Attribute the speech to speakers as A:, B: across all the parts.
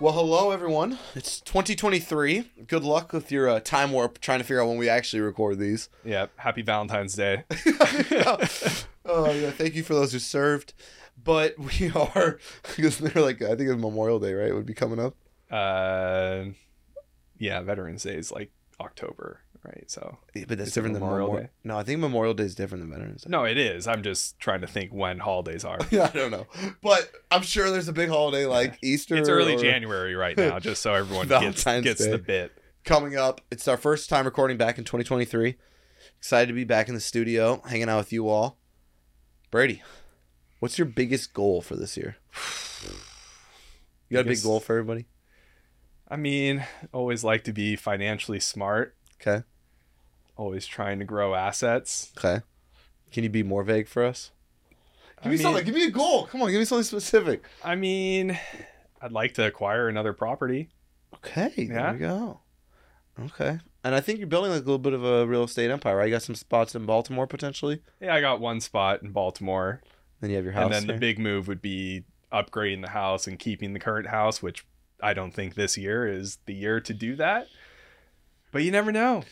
A: Well, hello everyone. It's 2023. Good luck with your uh, time warp trying to figure out when we actually record these.
B: Yeah, happy Valentine's Day.
A: Oh yeah, thank you for those who served. But we are because they're like I think it's Memorial Day, right? Would be coming up.
B: uh, yeah, Veterans Day is like October, right? So
A: Yeah, but that's
B: Is it
A: different than
B: Memorial
A: Memorial
B: Day?
A: Day. No, I think Memorial Day is different than Veterans Day.
B: no, it is. I'm just trying to think when holidays are.
A: Yeah, I don't know, but I'm sure there's a big holiday like Easter.
B: It's early
A: or-
B: January right now, just so everyone gets
A: Valentine's
B: gets
A: Day.
B: the bit.
A: coming up. It's our first time recording back in 2023. Excited to be back in the studio, hanging out with you all. Brady, what's your biggest goal for this year? You got a big
B: Biggest-
A: goal for everybody?
B: I mean, always like to be financially smart.
A: Okay.
B: Always trying to grow assets.
A: Okay. Can you be more vague for us? Give
B: I
A: me
B: mean-
A: something. Give me a goal. Come on. Give me something specific.
B: I mean, I'd like to acquire another property.
A: Okay.
B: Yeah?
A: There we go. Okay. And I think you're building like a little bit of a real estate empire, right? You got some spots in Baltimore potentially.
B: Yeah, I got one spot in Baltimore,
A: Then you have your house.
B: and then the
A: here.
B: big move would be upgrading the house and keeping the current house, which I don't think this year is the year to do that. But you never know.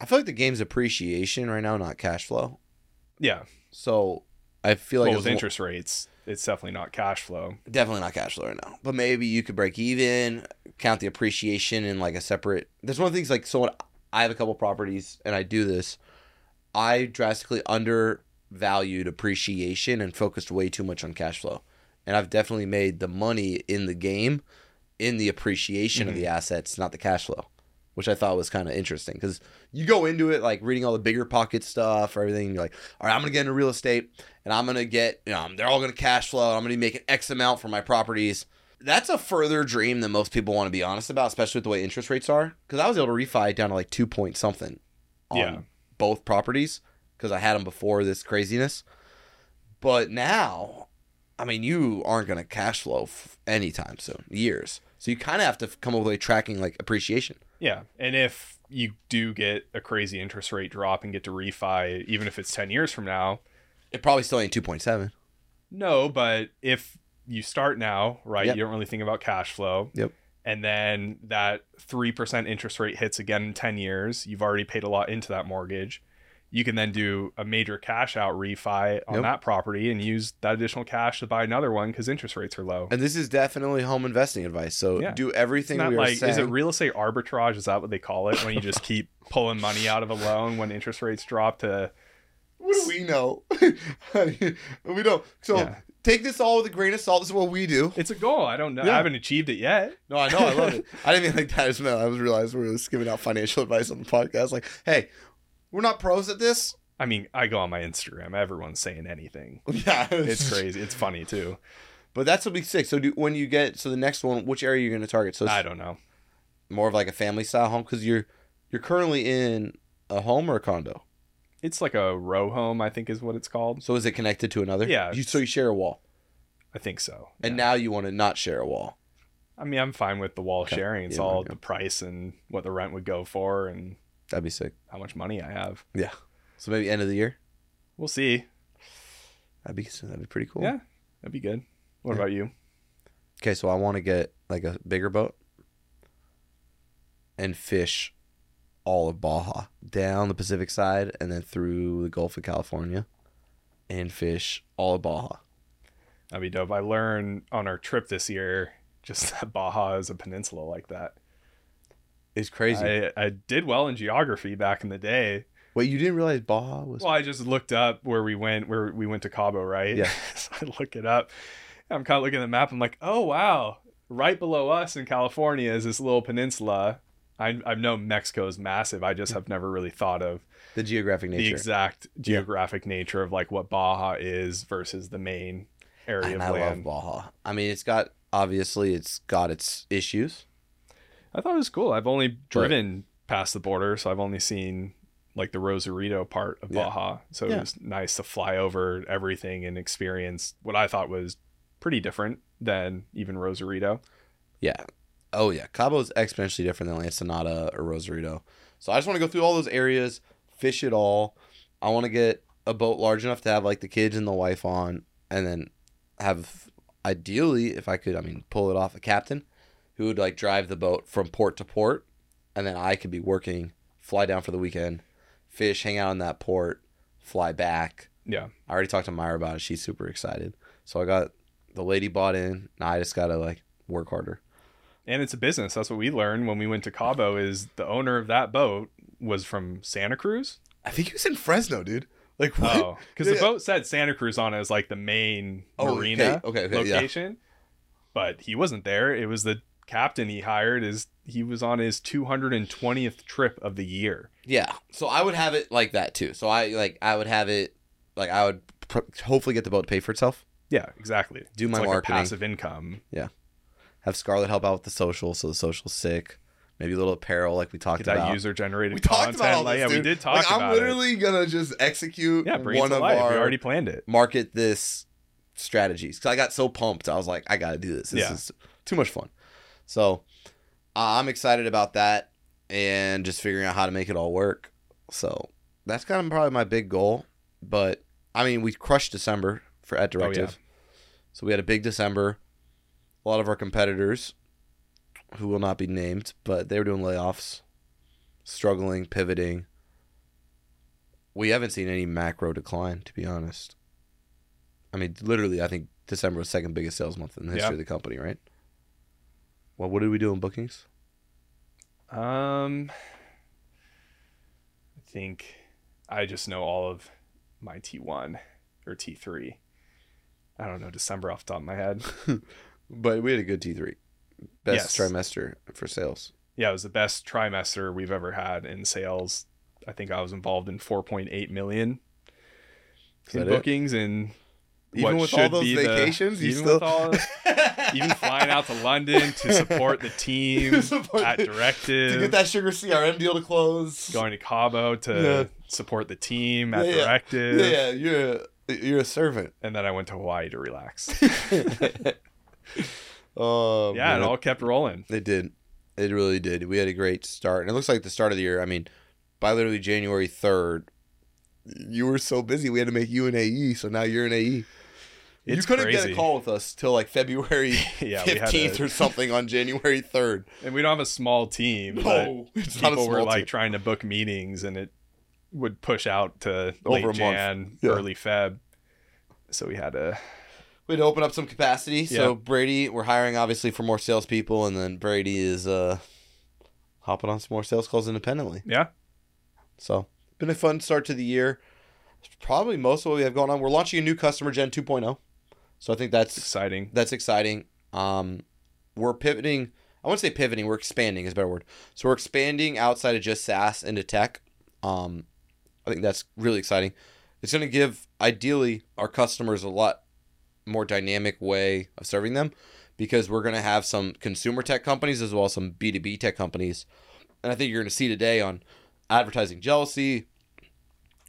A: I feel like the game's appreciation right now, not cash flow.
B: Yeah.
A: So I feel like
B: well,
A: it's
B: with
A: a-
B: interest rates, it's definitely not cash flow.
A: Definitely not cash flow right now. But maybe you could break even, count the appreciation in like a separate. There's one of the things like so when I have a couple properties and I do this, I drastically undervalued appreciation and focused way too much on cash flow. And I've definitely made the money in the game in the appreciation of the assets, not the cash flow, which I thought was kind of interesting because you go into it like reading all the bigger pocket stuff or everything. You're like, all right, I'm gonna get into real estate and I'm gonna get, you know, they're all gonna cash flow. I'm gonna make an X amount for my properties. That's a further dream than most people want to be honest about, especially with the way interest rates are. Because I was able to refi down to like two point something on
B: Yeah.
A: both properties because I had them before this craziness. But now I mean, you aren't going to cash flow f- anytime soon, years. So you kind of have to f- come up with a tracking like appreciation.
B: Yeah. And if you do get a crazy interest rate drop and get to refi, even if it's 10 years from now,
A: It probably still ain't 2.7.
B: no, but if you start now, right,
A: Yep.
B: you don't really think about cash flow.
A: Yep.
B: And then that 3% interest rate hits again in 10 years, you've already paid a lot into that mortgage. You can then do a major cash out refi on
A: Yep.
B: that property and use that additional cash to buy another one because interest rates are low.
A: And this is definitely home investing advice. So
B: Yeah.
A: do everything
B: Not
A: we are
B: like
A: saying.
B: is it real estate arbitrage? Is that what they call it when you just keep pulling money out of a loan when interest rates drop to?
A: what do we know? we don't. So
B: Yeah.
A: take this all with a grain of salt. This is what we do.
B: It's a goal. I don't know.
A: Yeah.
B: I haven't achieved it yet.
A: No, I know. I love it. I didn't mean like that. I just meant I was realized we were just giving out financial advice on the podcast. Like, hey, we're not pros at this.
B: I mean, I go on my Instagram. Everyone's saying anything.
A: Yeah,
B: It's crazy. It's funny too.
A: But that's what we sick. So do, when you get so the next one, which area are you going to target? So
B: I don't know.
A: more of like a family style home because you're you're currently in a home or a condo.
B: It's like a row home. I think is what it's called.
A: So is it connected to another?
B: Yeah.
A: You, so you share a wall,
B: I think so.
A: and
B: Yeah.
A: now you want to not share a wall.
B: I mean, I'm fine with the wall
A: Okay.
B: sharing. It's
A: Yeah,
B: all
A: okay.
B: the price and what the rent would go for and
A: That'd be sick.
B: how much money I have.
A: Yeah. So maybe end of the year.
B: We'll see.
A: That'd be that'd be pretty cool.
B: Yeah, that'd be good. What
A: Yeah.
B: about you?
A: Okay, so I want to get like a bigger boat and fish all of Baja down the Pacific side and then through the Gulf of California and fish all of Baja.
B: That'd be dope. I learned on our trip this year just that Baja is a peninsula like that.
A: It's crazy.
B: I, I did well in geography back in the day.
A: Wait, you didn't realize Baja was
B: Well, I just looked up where we went, where we went to Cabo, right?
A: Yeah.
B: so I look it up. I'm kind of looking at the map. I'm like, oh, wow. Right below us in California is this little peninsula. I, I know Mexico is massive. I just have never really thought of
A: the geographic Mm. nature.
B: the exact geographic nature of like what Baja is versus the main area
A: And
B: of
A: I love
B: land.
A: Baja. I mean, it's got obviously it's got its issues.
B: I thought it was cool. I've only driven past the border, so I've only seen like the Rosarito part of
A: Yeah.
B: Baja. So it
A: Yeah.
B: was nice to fly over everything and experience what I thought was pretty different than even Rosarito.
A: Yeah. Oh yeah, Cabo's exponentially different than Lanzanada or Rosarito. So I just want to go through all those areas, fish it all. I want to get a boat large enough to have like the kids and the wife on, and then have ideally, if I could, I mean, pull it off a captain who would like drive the boat from port to port, and then I could be working, fly down for the weekend, fish, hang out in that port, fly back.
B: Yeah.
A: I already talked to Myra about it. She's super excited. So I got the lady bought in. Now I just gotta like work harder.
B: And it's a business. That's what we learned when we went to Cabo is the owner of that boat was from Santa Cruz.
A: I think he was in Fresno, dude. Like what?
B: Oh, because
A: Yeah.
B: the boat said Santa Cruz on it as like the main
A: Oh,
B: marina
A: okay, okay, okay, yeah.
B: location, but he wasn't there. It was the captain he hired. Is he was on his 220th trip of the year.
A: Yeah. So I would have it like that too. So I like I would have it like I would pr- hopefully get the boat to pay for itself.
B: Yeah, exactly.
A: Do my
B: it's like
A: marketing.
B: a passive income.
A: Have Scarlett help out with the social, so the social's sick. Maybe a little apparel like we talked
B: Get that
A: about.
B: user generated
A: we talked
B: content.
A: about all this,
B: Like, yeah,
A: dude.
B: we did talk
A: like,
B: about
A: I'm literally gonna just execute
B: it. Yeah, bring
A: one
B: it to
A: of
B: life.
A: our
B: We already planned it.
A: market this strategies because I got so pumped. I was like, I gotta do this. This
B: Yeah.
A: is too much fun. So uh, I'm excited about that and just figuring out how to make it all work. So that's kind of probably my big goal. But I mean, we crushed December for at Directive. So we had a big December. A lot of our competitors, who will not be named, but they were doing layoffs, struggling, pivoting. We haven't seen any macro decline, to be honest. I mean, literally, I think December was second biggest sales month in the history
B: Yeah.
A: of the company, right? Well, what did we do in bookings?
B: Um, I think I just know all of my T1 or T3. I don't know December off the top of my head.
A: But we had a good T three, best
B: Yes.
A: trimester for sales.
B: Yeah, it was the best trimester we've ever had in sales. I think I was involved in 4.8 million
A: Is
B: in
A: that it?
B: bookings and
A: Even
B: what
A: with
B: should
A: all those
B: be the-
A: vacations, you
B: even
A: still
B: with all, even flying out to London to support the team
A: Support
B: at
A: the-
B: Directive.
A: to get that sugar CRM deal to close.
B: Going to Cabo to
A: Yeah.
B: support the team at
A: Yeah, yeah.
B: Directive.
A: Yeah, yeah, you're a, you're a servant.
B: and then I went to Hawaii to relax.
A: oh
B: yeah,
A: man.
B: it all kept rolling.
A: it did. It really did. We had a great start, and it looks like the start of the year. I mean, by literally January third, you were so busy. We had to make you an AE, so now you're an AE. you
B: It's
A: couldn't get
B: crazy.
A: a call with us till like February
B: Yeah, we had
A: fifteenth
B: a-
A: or something on January third.
B: and we don't have a small team. but
A: No, it's not a
B: people were
A: small
B: like
A: team.
B: trying to book meetings, and it would push out to
A: Over a month.
B: late Jan,
A: Yeah.
B: early Feb. So we had to.
A: we had to open up some capacity. So
B: Yeah.
A: Brady, we're hiring obviously for more salespeople, and then Brady is uh hopping on some more sales calls independently.
B: Yeah.
A: So been a fun start to the year. It's Probably most of what we have going on. We're launching a new customer gen 2.0, so I think
B: It's
A: that's
B: exciting.
A: that's exciting. Um, we're pivoting. I wouldn't say pivoting. We're expanding is a better word. So we're expanding outside of just SaaS into tech. Um, I think that's really exciting. It's going to give ideally our customers a lot more dynamic way of serving them because we're going to have some consumer tech companies as well as some B2B tech companies. And I think you're going to see today on advertising jealousy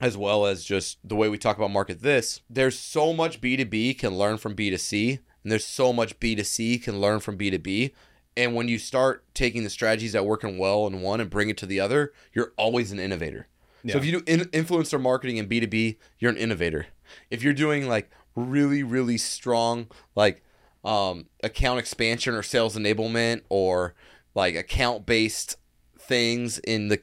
A: as well as just the way we talk about market this. There's so much B2B can learn from B2C and there's so much B2C can learn from B2B. And when you start taking the strategies that working well in one and bring it to the other, you're always an innovator. So
B: Yeah.
A: if you do in- influencer marketing in B2B, you're an innovator. If you're doing like really, really strong like um, account expansion or sales enablement or like account based things in the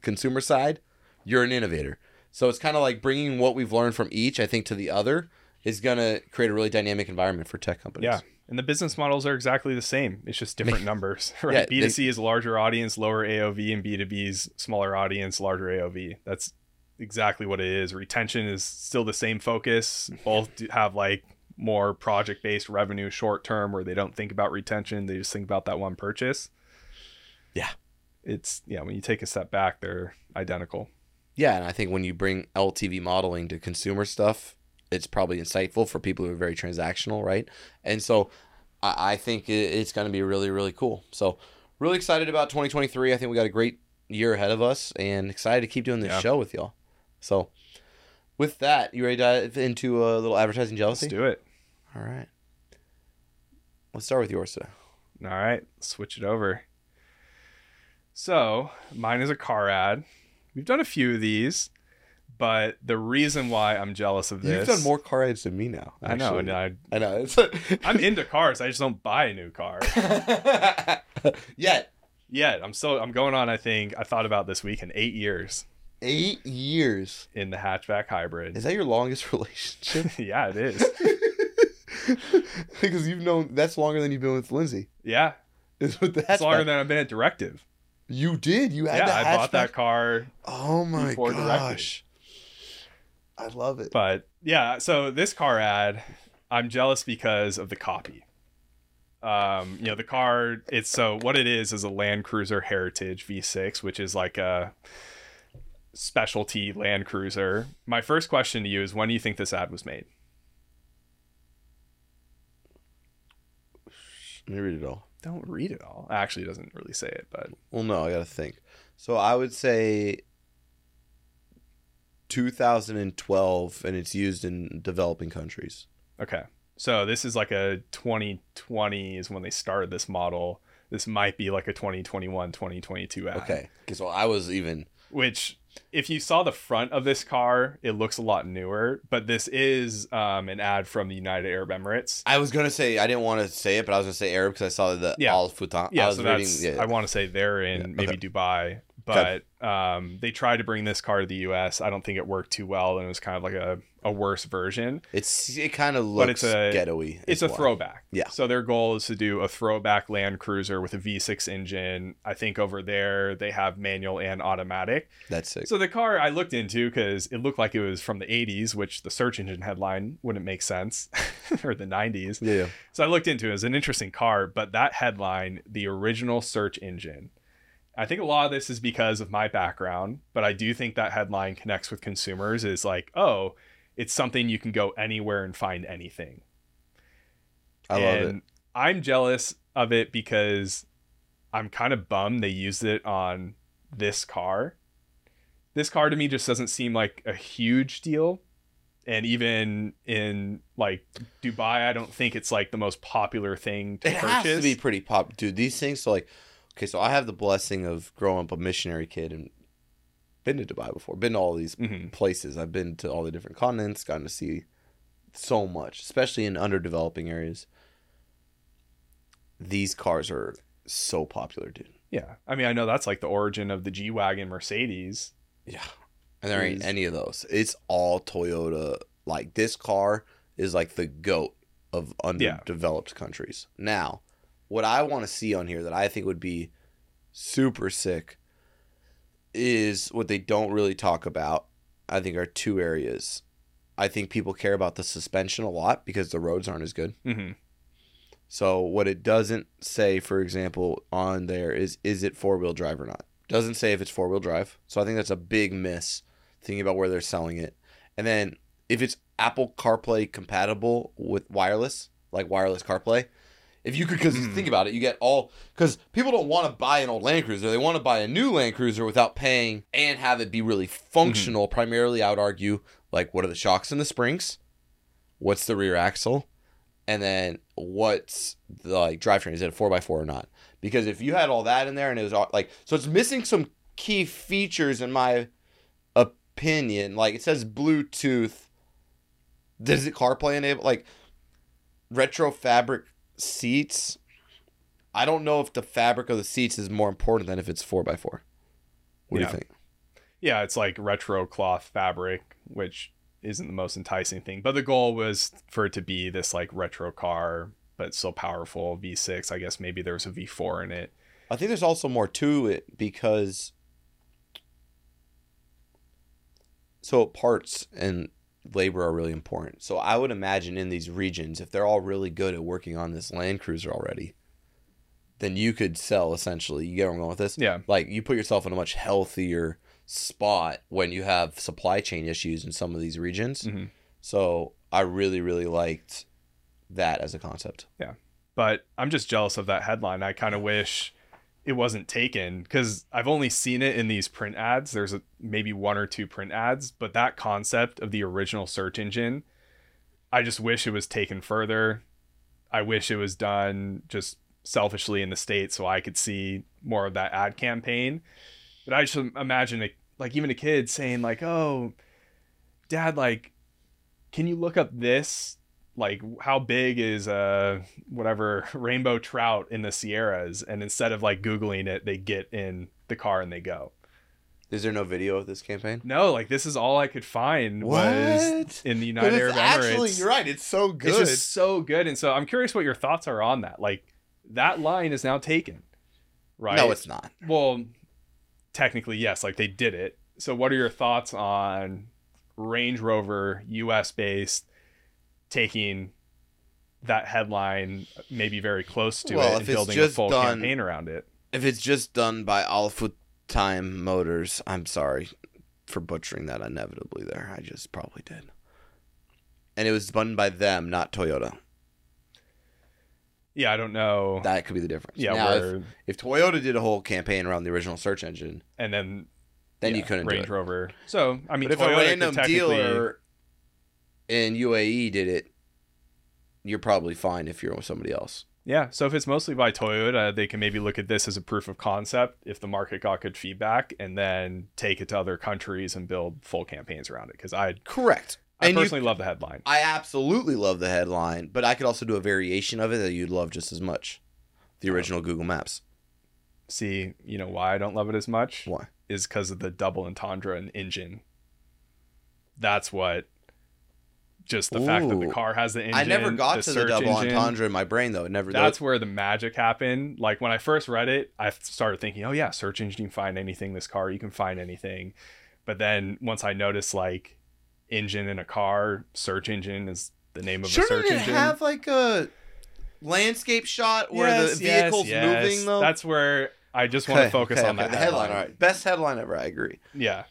A: consumer side, you're an innovator. So it's kind of like bringing what we've learned from each, I think, to the other is going to create a really dynamic environment for tech companies.
B: Yeah. And the business models are exactly the same. It's just different numbers,
A: Yeah,
B: right?
A: they-
B: B2C is larger audience, lower AOV, and B2B's smaller audience, larger AOV. That's exactly what it is. Retention is still the same focus. Both do have like more project based revenue short term where they don't think about retention, they just think about that one purchase.
A: Yeah.
B: It's, yeah, when you take a step back, they're identical.
A: Yeah. And I think when you bring LTV modeling to consumer stuff, it's probably insightful for people who are very transactional, right? And so I, I think it, it's going to be really, really cool. So, really excited about 2023. I think we got a great year ahead of us and excited to keep doing this
B: Yeah.
A: show with y'all. So, with that, you ready to dive into a little advertising jealousy?
B: Let's do it.
A: All right. Let's start with yours today.
B: All right, switch it over. So mine is a car ad. We've done a few of these, But the reason why I'm jealous of
A: You've
B: this,
A: done more car rides than me now.
B: I know, and
A: actually.
B: I,
A: I know. It's
B: I'm into cars. I just don't buy a new car
A: Yet
B: yet. I'm still, I'm going on. I think I thought about this week in eight years
A: eight years.
B: in the hatchback hybrid.
A: Is that your longest relationship?
B: yeah, it is.
A: because you've known that's longer than you've been with Lindsay.
B: Yeah,
A: Is with the
B: it's longer
A: hatchback.
B: than I've been at Directive.
A: you did. You had
B: Yeah,
A: the
B: I bought
A: hatchback.
B: that car
A: Oh my
B: before Directive.
A: gosh. I love it.
B: But yeah, so this car ad, I'm jealous because of the copy. Um, you know, the car, it's so what it is is a Land Cruiser Heritage V6, which is like a specialty Land Cruiser. My first question to you is when do you think this ad was made?
A: Let me read it all.
B: Don't read it all. Actually, it doesn't really say it, but
A: Well, no, I gotta think. So I would say 2012, and it's used in developing countries.
B: okay. So this is like a 2020 is when they started this model. This might be like a 2021, 2022 ad.
A: Okay, because well, I was even
B: which if you saw the front of this car it looks a lot newer but this is um, an ad from the united arab emirates
A: I was gonna say I didn't want to say it, but I was gonna say Arab because I saw the
B: Yeah.
A: Al Futan.
B: yeah
A: I was
B: so
A: reading.
B: that's
A: yeah.
B: i want to say they're in
A: Yeah,
B: maybe dubai but um, they tried to bring this car to the us i don't think it worked too well and it was kind of like a, a worse version
A: it's it kind of
B: But
A: looks
B: it's a-
A: ghettoy.
B: it's
A: is
B: a
A: why.
B: throwback
A: Yeah.
B: so their goal is to do a throwback land cruiser with a v6 engine i think over there they have manual and automatic
A: That's sick.
B: So the car I looked into because it looked like it was from the 80s, which the search engine headline wouldn't make sense, or the 90s.
A: yeah, yeah.
B: So I looked into it. It was an interesting car, but that headline, the original search engine. I think a lot of this is because of my background, but I do think that headline connects with consumers is like, oh, it's something you can go anywhere and find anything.
A: I love it.
B: And I'm jealous of it because I'm kind of bummed they used it on this car. This car to me just doesn't seem like a huge deal. And even in like Dubai, I don't think it's like the most popular thing to
A: It
B: purchase.
A: has to be pretty pop, dude. These things, so like, okay, so I have the blessing of growing up a missionary kid and been to Dubai before, been to all these
B: Mhm.
A: places. I've been to all the different continents, gotten to see so much, especially in underdeveloping areas. These cars are so popular, dude.
B: Yeah. I mean, I know that's like the origin of the G Wagon Mercedes.
A: Yeah. And there ain't
B: Is-
A: any of those. It's all Toyota. Like this car is like the goat of underdeveloped countries. Now, what I want to see on here that I think would be super sick is what they don't really talk about. I think are two areas. I think people care about the suspension a lot because the roads aren't as good.
B: Mm-hmm.
A: So what it doesn't say, for example, on there is is it four wheel drive or not? Doesn't say if it's four wheel drive. So I think that's a big miss thinking about where they're selling it. And then if it's Apple CarPlay compatible with wireless, like wireless CarPlay, if you could, because
B: Mm.
A: think about it, you get all because people don't want to buy an old Land Cruiser, they want to buy a new Land Cruiser without paying and have it be really functional. Primarily, I would argue, like what are the shocks and the springs, what's the rear axle, and then what's the like drivetrain? Is it a four x four or not? Because if you had all that in there and it was all, like so, it's missing some key features in my opinion. Like it says Bluetooth. Does it CarPlay enable? Like retro fabric seats. I don't know if the fabric of the seats is more important than if it's four x four. What do
B: Yeah.
A: you think?
B: yeah, it's like retro cloth fabric, which isn't the most enticing thing. But the goal was for it to be this like retro car, but still powerful V6. I guess maybe there was a V4 in it.
A: I think there's also more to it because so parts and labor are really important. So I would imagine in these regions, if they're all really good at working on this Land Cruiser already, then you could sell essentially. You get where I'm going with this?
B: Yeah.
A: Like you put yourself in a much healthier spot when you have supply chain issues in some of these regions.
B: Mhm.
A: So I really, really liked that as a concept.
B: But I'm just jealous of that headline. I kind of wish it wasn't taken because I've only seen it in these print ads. There's a, maybe one or two print ads, but that concept of the original search engine, I just wish it was taken further. I wish it was done just selfishly in the state so I could see more of that ad campaign. But I just imagine a, like even a kid saying like, "Oh, dad like can you look up this like how big is uh whatever rainbow trout in the sierras and instead of like googling it they get in the car and they go
A: Is there no video of this campaign?
B: no like this is all i could find was in the united arab
A: it's actually,
B: emirates
A: you're right. It's so good.
B: it's just so good and so i'm curious what your thoughts are on that like that line is now taken right
A: No, it's not.
B: well, technically, yes. Like they did it. So, what are your thoughts on Range Rover U.S. based taking that headline, maybe very close to
A: Well,
B: it,
A: if
B: and
A: it's
B: building a
A: just
B: full
A: done-
B: campaign around it?
A: If it's just done by Alpha Time Motors, I'm sorry for butchering that inevitably there. I just probably did. And it was done by them, not Toyota.
B: Yeah, I don't know.
A: That could be the difference.
B: yeah,
A: Now, if,
B: where,
A: if Toyota did a whole campaign around the original search engine,
B: and then
A: then you
B: yeah,
A: couldn't do
B: Range
A: it.
B: Rover. So, I mean,
A: but if
B: Toyota
A: a
B: could
A: random
B: technically-
A: dealer in UAE did it, you're probably fine if you're with somebody else.
B: Yeah, so if it's mostly by Toyota, they can maybe look at this as a proof of concept if the market got good feedback and then take it to other countries and build full campaigns around it. Because I,
A: Correct.
B: I
A: And you-
B: personally love the headline.
A: I absolutely love the headline, but I could also do a variation of it that you'd love just as much.
B: Oh.
A: The original Google Maps.
B: See, you know why I don't love it as much
A: Why?
B: is because of the double entendre and engine. That's what. Just the fact that the
A: Ooh.
B: car has the engine.
A: I never got to the
B: search
A: double
B: engine.
A: entendre in my brain though. It never
B: That's where the magic happened. Like when I first read it, I started thinking, "Oh yeah, search engine, you can find anything. This car, you can find anything." But then once I noticed, like, engine in a car, search engine is the name of a
A: Sure,
B: search
A: did it
B: engine.
A: have like a landscape shot where the vehicle's moving though?
B: That's where I just want to focus on that
A: the headline. All right, best headline ever. I agree.
B: Yeah.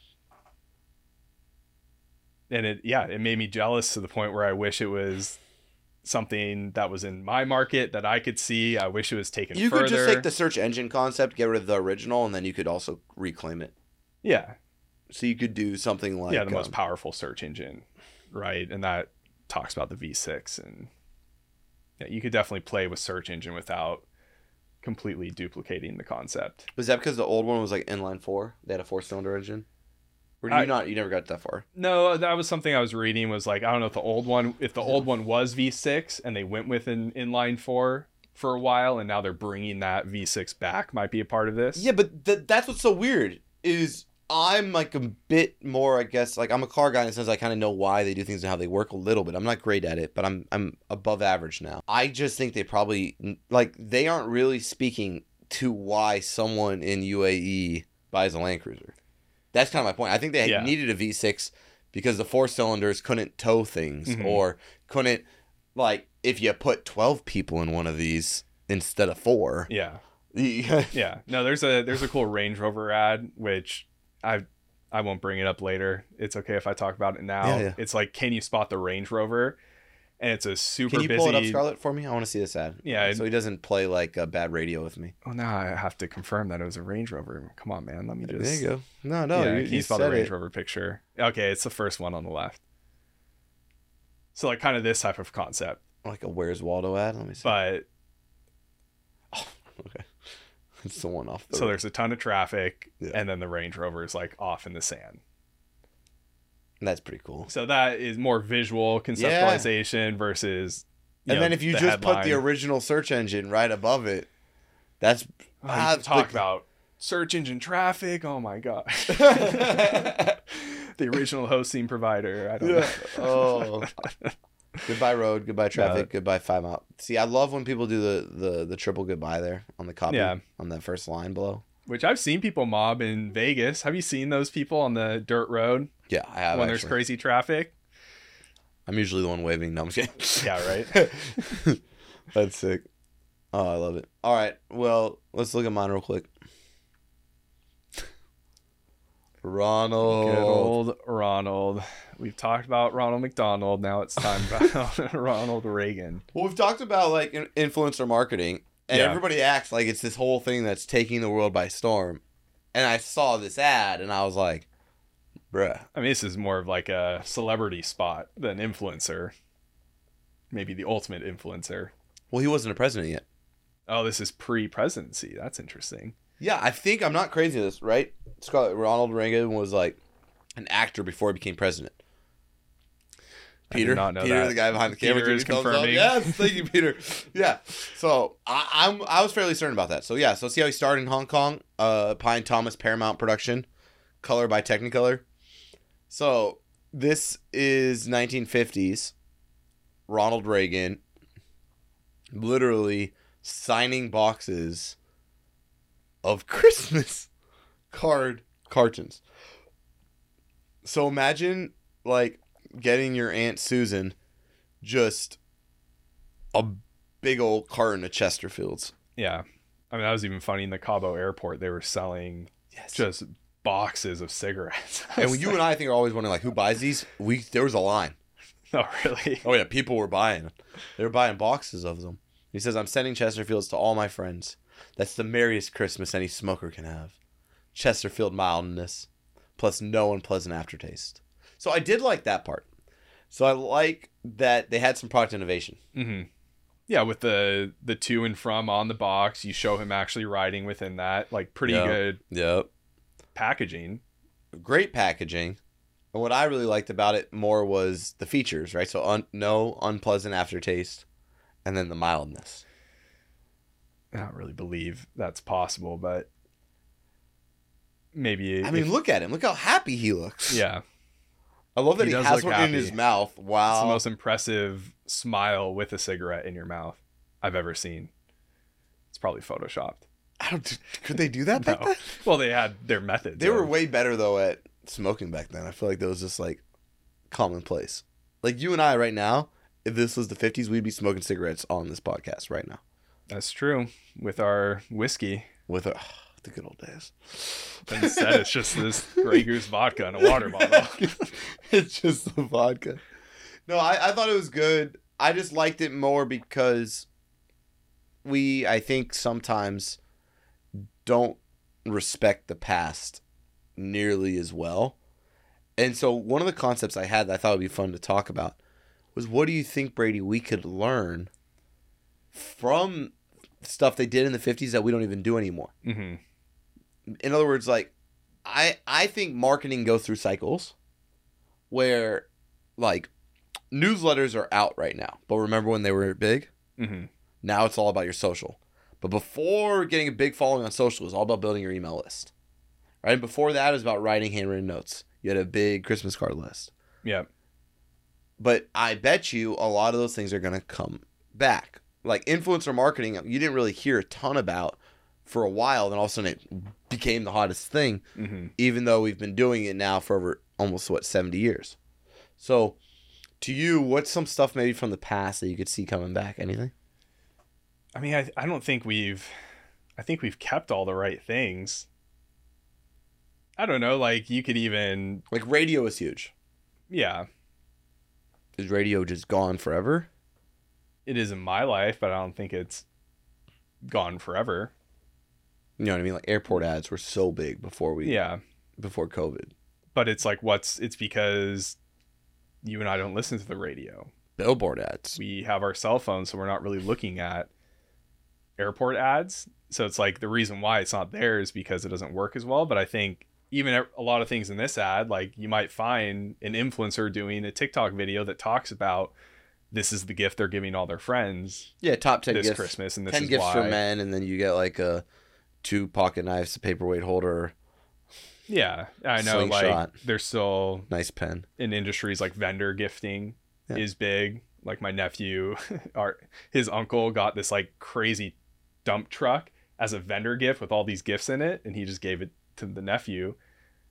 B: And it yeah, it made me jealous to the point where I wish it was something that was in my market that I could see. I wish it was taken
A: You
B: further.
A: could just take the search engine concept, get rid of the original, and then you could also reclaim it.
B: Yeah.
A: So you could do something like
B: yeah, the most
A: um,
B: powerful search engine, right? And that talks about the V6 and yeah, you could definitely play with search engine without completely duplicating the concept.
A: was that because the old one was like inline four? They had a four cylinder engine. Or do you
B: I-
A: not? You never got that far.
B: No, that was something I was reading was like I don't know if the old one if the old one was V6 and they went with an inline 4 for a while and now they're bringing that V6 back might be a part of this.
A: Yeah, but th- that's what's so weird is I'm like a bit more, I guess, like I'm a car guy in the sense I kind of know why they do things and how they work a little bit. I'm not great at it, but I'm I'm above average now. I just think they probably like they aren't really speaking to why someone in UAE buys a Land Cruiser. That's kind of my point. I think they
B: Yeah.
A: needed a V6 because the four cylinders couldn't tow things
B: Mhm.
A: or couldn't like if you put 12 people in one of these instead of four.
B: Yeah.
A: Yeah.
B: Yeah. No, there's a there's a cool Range Rover ad which I I won't bring it up later. It's okay if I talk about it now.
A: Yeah, yeah.
B: It's like can you spot the Range Rover? And it's a super
A: Can you
B: busy
A: pull it up, Scarlett, for me? I want to see this ad.
B: Yeah, it-
A: So he doesn't play like a bad radio with me.
B: Oh, now I have to confirm that it was a Range Rover. Come on, man. Let me just
A: there you go. No, no,
B: yeah,
A: you,
B: can
A: you
B: you spot
A: said
B: the Range
A: it.
B: Rover picture? Okay, it's the first one on the left. So like kind of this type of concept,
A: Like a Where's Waldo ad. Let me see.
B: but
A: it's the one off. The
B: so there's a ton of traffic,
A: Yeah.
B: and then the Range Rover is like off in the sand.
A: That's pretty cool.
B: So that is more visual conceptualization versus. you
A: And
B: know,
A: then if you
B: the
A: just put the
B: headline.
A: original search engine right above it, that's
B: Oh, you
A: ah,
B: can talk
A: the-
B: about search engine traffic. Oh my god, the original hosting provider. I don't know.
A: oh. goodbye road, goodbye traffic, goodbye five mile. See, I love when people do the the the triple goodbye there on the copy
B: Yeah.
A: on that first line below.
B: Which I've seen people mob in Vegas. Have you seen those people on the dirt road
A: Yeah, I have. actually.
B: when there's crazy traffic?
A: I'm usually the one waving. No, I'm just kidding.
B: Yeah, right.
A: right. That's sick. Oh, I love it. All right. Well, let's look at mine real quick.
B: Good
A: Ronald.
B: old Ronald. We've talked about Ronald McDonald. Now it's time about Ronald Reagan.
A: Well, we've talked about like in- influencer marketing, and
B: Yeah.
A: everybody acts like it's this whole thing that's taking the world by storm. And I saw this ad, and I was like, "Bruh,
B: I mean, this is more of like a celebrity spot than influencer. Maybe the ultimate influencer.
A: well, he wasn't a president yet."
B: Oh, this is pre-presidency. That's interesting.
A: Yeah, I think I'm not crazy. This right? Scarlett Ronald Reagan was like an actor before he became president. Peter,
B: not know
A: Peter,
B: that.
A: the guy behind the
B: Peter
A: camera, giving
B: is
A: you thumbs
B: confirming.
A: Up. Yes, thank you, Peter. yeah. So I, I'm I was fairly certain about that. So yeah, so see how he starred in Hong Kong, uh, Pine Thomas Paramount production, color by Technicolor. So this is 1950s. Ronald Reagan, literally signing boxes of Christmas card cartons. So imagine like getting your aunt Susan just a big old carton of Chesterfields.
B: Yeah. I mean, that was even funny in the Cabo airport. They were selling
A: Yes.
B: just boxes of cigarettes. I
A: and
B: was
A: when you and I think are always wondering like who buys these, we there was a line.
B: like, oh, really?
A: Oh yeah, people were buying. They were buying boxes of them. He says, "I'm sending Chesterfields to all my friends. That's the merriest Christmas any smoker can have. Chesterfield mildness, plus no unpleasant aftertaste." So I did like that part. So I like that they had some product innovation.
B: hmm Yeah, with the the to and from on the box, you show him actually riding within that. Like pretty
A: Yeah.
B: good
A: Yep.
B: packaging.
A: Great packaging. And what I really liked about it more was the features, right? So un- no unpleasant aftertaste, and then the mildness.
B: I don't really believe that's possible, but maybe.
A: I mean,
B: if-
A: look at him. Look how happy he looks.
B: yeah,
A: I love that
B: He
A: he,
B: does
A: has one
B: look
A: in
B: happy.
A: his mouth.
B: it's the
A: Wow.
B: most impressive smile with a cigarette in your mouth I've ever seen. It's probably photoshopped.
A: I don't, could they do that back
B: No.
A: then?
B: Well, they had their methods.
A: They were
B: of-
A: way better though at smoking back then. I feel like that was just like commonplace. Like you and I right now, if this was the 50s, we'd be smoking cigarettes on this podcast right now
B: That's true. With our whiskey.
A: with a, the good old days.
B: Instead, it's just this Grey Goose vodka and a water bottle.
A: it's just the vodka. No, I, I thought it was good. I just liked it more because we, I think, sometimes don't respect the past nearly as well. And so, one of the concepts I had that I thought would be fun to talk about was what do you think, Brady, we could learn from stuff they did in the 50s that we don't even do anymore?
B: hmm
A: in other words, like I I think marketing goes through cycles where like newsletters are out right now, but remember when they were big?
B: hmm
A: Now it's all about your social. But before getting a big following on social, it was all about building your email list. Right? And before that it was about writing handwritten notes. You had a big Christmas card list.
B: Yeah.
A: But I bet you a lot of those things are going to come back. Like influencer marketing, you didn't really hear a ton about for a while. Then all of a sudden it became the hottest thing
B: hmm
A: even though we've been doing it now for over almost what 70 years. So, to you, what's some stuff maybe from the past that you could see coming back? Anything?
B: I mean, I, I don't think we've, I think we've kept all the right things. I don't know. Like you could even,
A: Like radio is huge.
B: yeah,
A: Is radio just gone forever?
B: it is in my life, but I don't think it's gone forever.
A: You know what I mean? Like airport ads were so big before we
B: Yeah.
A: before COVID.
B: But it's like, what's, it's because you and I don't listen to the radio.
A: Billboard ads.
B: we have our cell phones, so we're not really looking at airport ads. So it's like the reason why it's not there is because it doesn't work as well. But I think even a lot of things in this ad, like you might find an influencer doing a TikTok video that talks about this is the gift they're giving all their friends
A: Yeah, top 10
B: this
A: gifts.
B: Christmas, and this
A: 10
B: is
A: gifts
B: why.
A: for men and then you get like a two pocket knives, a paperweight holder,
B: Yeah, I know.
A: Slingshot.
B: Like there's still
A: nice pen.
B: in industries like vendor gifting
A: Yeah.
B: is big. Like my nephew, our his uncle got this like crazy dump truck as a vendor gift with all these gifts in it, and he just gave it to the nephew.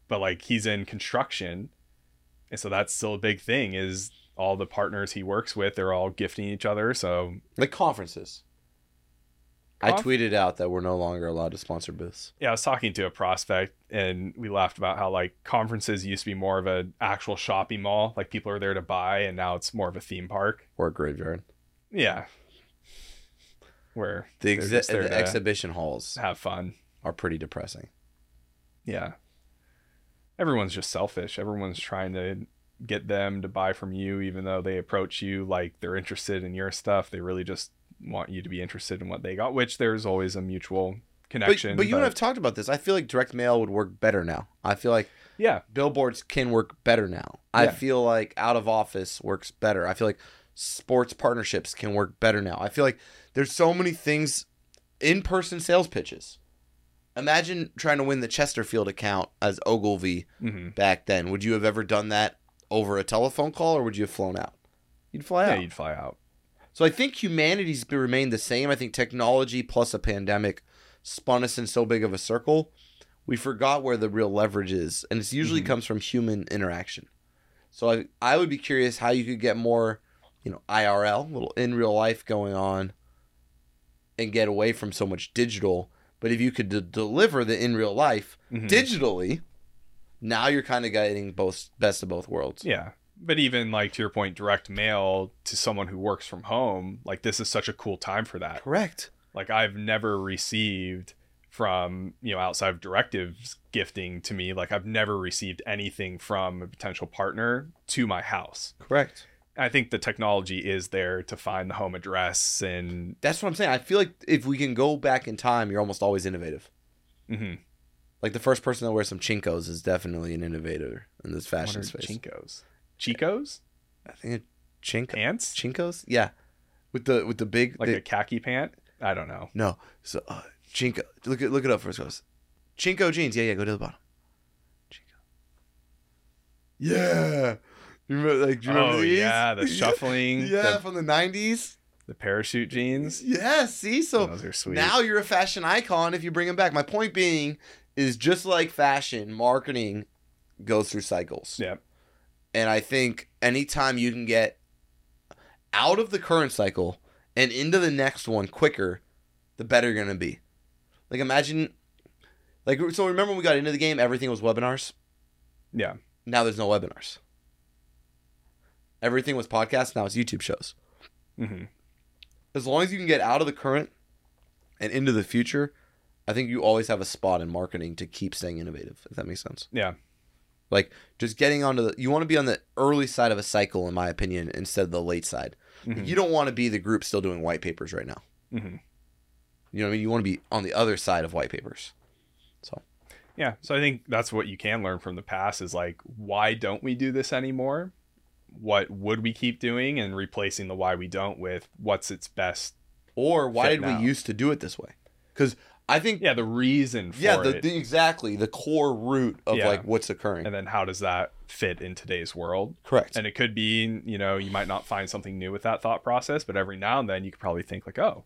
B: But like he's in construction, and so that's still a big thing. Is all the partners he works with, they're all gifting each other. So
A: Like conferences. I
B: Conf-
A: tweeted out that we're no longer allowed to sponsor booths.
B: yeah, I was talking to a prospect and we laughed about how like conferences used to be more of an actual shopping mall, like people are there to buy, and now it's more of a theme park.
A: or a graveyard.
B: Yeah. Where
A: The,
B: they're
A: exhi-
B: just there
A: the
B: to
A: exhibition halls
B: have fun.
A: are pretty depressing.
B: Yeah. Everyone's just selfish. Everyone's trying to get them to buy from you, even though they approach you like they're interested in your stuff. They really just want you to be interested in what they got, which there's always a mutual
A: But,
B: connection.
A: but you and I have talked about this. I feel like direct mail would work better now. I feel like
B: Yeah.
A: billboards can work better now. I
B: Yeah.
A: feel like out of office works better. I feel like sports partnerships can work better now. I feel like there's so many things in person sales pitches. Imagine trying to win the Chesterfield account as Ogilvy
B: hmm
A: back then. Would you have ever done that over a telephone call or would you have flown out? You'd fly
B: Yeah,
A: out.
B: you'd fly out.
A: So I think humanity's be- remained the same. I think technology plus a pandemic spun us in so big of a circle, we forgot where the real leverage is, and it usually
B: Mhm.
A: comes from human interaction. So I I would be curious how you could get more, you know, IRL, little in real life going on, and get away from so much digital. But if you could d- deliver the in real life
B: Mhm.
A: digitally, now you're kind of getting both best of both worlds.
B: Yeah. But even like to your point, direct mail to someone who works from home, like this is such a cool time for that.
A: Correct.
B: Like I've never received from, you know, outside of directives gifting to me, like I've never received anything from a potential partner to my house.
A: Correct.
B: I think the technology is there to find the home address and
A: That's what I'm saying. I feel like if we can go back in time, you're almost always innovative.
B: hmm
A: Like the first person that wears some chinkos is definitely an innovator in this fashion space.
B: Chinkos. Chicos?
A: I think a chinko
B: Pants?
A: chinkos, yeah, with the with the big
B: Like
A: the-
B: a khaki pant? I don't know.
A: no so uh, chinko. Look it look it up first, guys. Chinko jeans, yeah, yeah. Go to the bottom. Chinko. Yeah, you remember like do you remember
B: Oh
A: these?
B: yeah, the shuffling,
A: yeah, from the '90s.
B: the, the parachute jeans.
A: Yeah, see, so
B: Those are sweet.
A: Now you're a fashion icon if you bring them back. My point being is just like fashion, marketing goes through cycles.
B: Yep.
A: And I think anytime you can get out of the current cycle and into the next one quicker, the better you're going to be. Like imagine like so remember when we got into the game everything was webinars?
B: Yeah.
A: Now there's no webinars. Everything was podcasts, now it's YouTube shows
B: hmm
A: as long as you can get out of the current and into the future, I think you always have a spot in marketing to keep staying innovative, if that makes sense.
B: Yeah.
A: Like just getting onto the you want to be on the early side of a cycle, in my opinion, instead of the late side. Like,
B: Mhm.
A: You don't want to be the group still doing white papers right now.
B: Mhm.
A: You know what I mean? You want to be on the other side of white papers.
B: Yeah. So I think that's what you can learn from the past is like, why don't we do this anymore? What would we keep doing and replacing the why we don't with what's its best?
A: Or why did
B: Fit now.
A: we used to do it this way? Because I think yeah,
B: Yeah, the reason for
A: the,
B: it.
A: the- exactly the core root of
B: Yeah.
A: like what's occurring.
B: and then how does that fit in today's world?
A: Correct.
B: And it could be, you know, you might not find something new with that thought process, but every now and then you could probably think like, oh,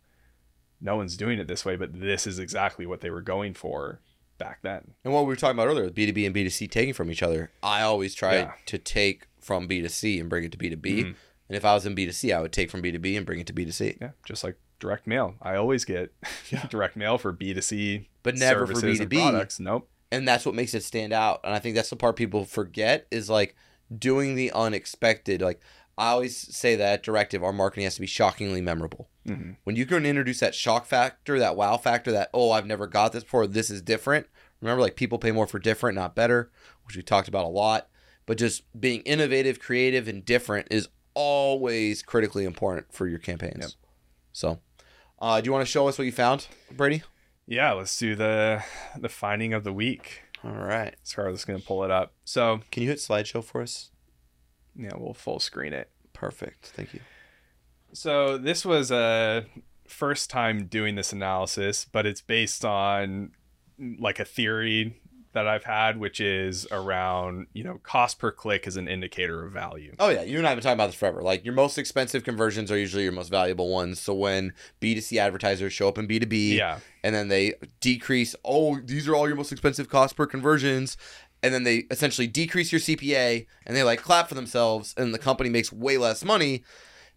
B: no one's doing it this way, but this is exactly what they were going for back then.
A: And what we were talking about earlier, B2B and B2C taking from each other, I always try
B: Yeah.
A: to take from B2C and bring it to B2B.
B: Mhm.
A: And if I was in B2C, I would take from B2B and bring it to B2C,
B: Yeah, just like direct mail. I always get direct mail for B2C
A: but never for
B: services and
A: B2B.
B: products. Nope.
A: And that's what makes it stand out. And I think that's the part people forget is like doing the unexpected. Like I always say that directive, our marketing has to be shockingly memorable.
B: hmm
A: When you can introduce that shock factor, that wow factor, that, oh, I've never got this before, this is different. Remember, like people pay more for different, not better, which we talked about a lot. But just being innovative, creative, and different is always critically important for your campaigns.
B: Yep.
A: So, uh, do you want to show us what you found, Brady?
B: Yeah, let's do the the finding of the week.
A: All right.
B: Scarlett's gonna pull it up. So
A: Can you hit slideshow for us?
B: yeah, we'll full screen it.
A: Perfect. Thank you.
B: So this was a first time doing this analysis, but it's based on like a theory that I've had, which is around you know cost per click is an indicator of value.
A: Oh, yeah. You and I have been talking about this forever. Like, your most expensive conversions are usually your most valuable ones. So, when B2C advertisers show up in B2B,
B: Yeah,
A: and then they decrease oh these are all your most expensive cost per conversions and then they essentially decrease your cpa and they like clap for themselves and the company makes way less money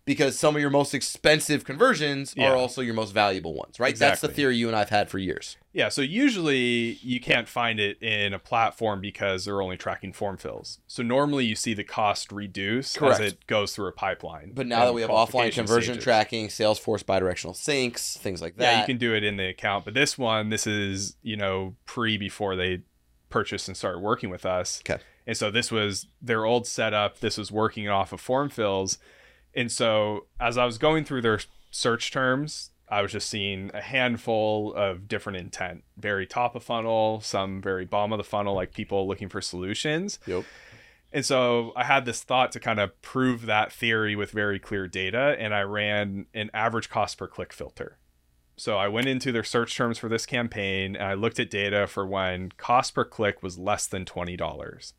A: because some of your most expensive conversions
B: Yeah.
A: are also your most valuable ones right that's the
B: Exactly.
A: theory you and i've had for years
B: yeah. So usually you can't find it in a platform because they're only tracking form fills. So normally you see the cost reduce
A: Correct.
B: as it goes through a pipeline.
A: but now
B: and
A: that we have offline
B: qualification
A: conversion
B: stages.
A: tracking salesforce bidirectional syncs things like that
B: Yeah, you can do it in the account, but this one, this is you know pre before they purchased and started working with us.
A: Okay.
B: And so this was their old setup. This was working off of form fills, and so as I was going through their search terms, I was just seeing a handful of different intent, very top of funnel, some very bottom of the funnel, like people looking for solutions.
A: Yep.
B: And so I had this thought to kind of prove that theory with very clear data, and I ran an average cost per click filter. So I went into their search terms for this campaign, and I looked at data for when cost per click was less than twenty dollars.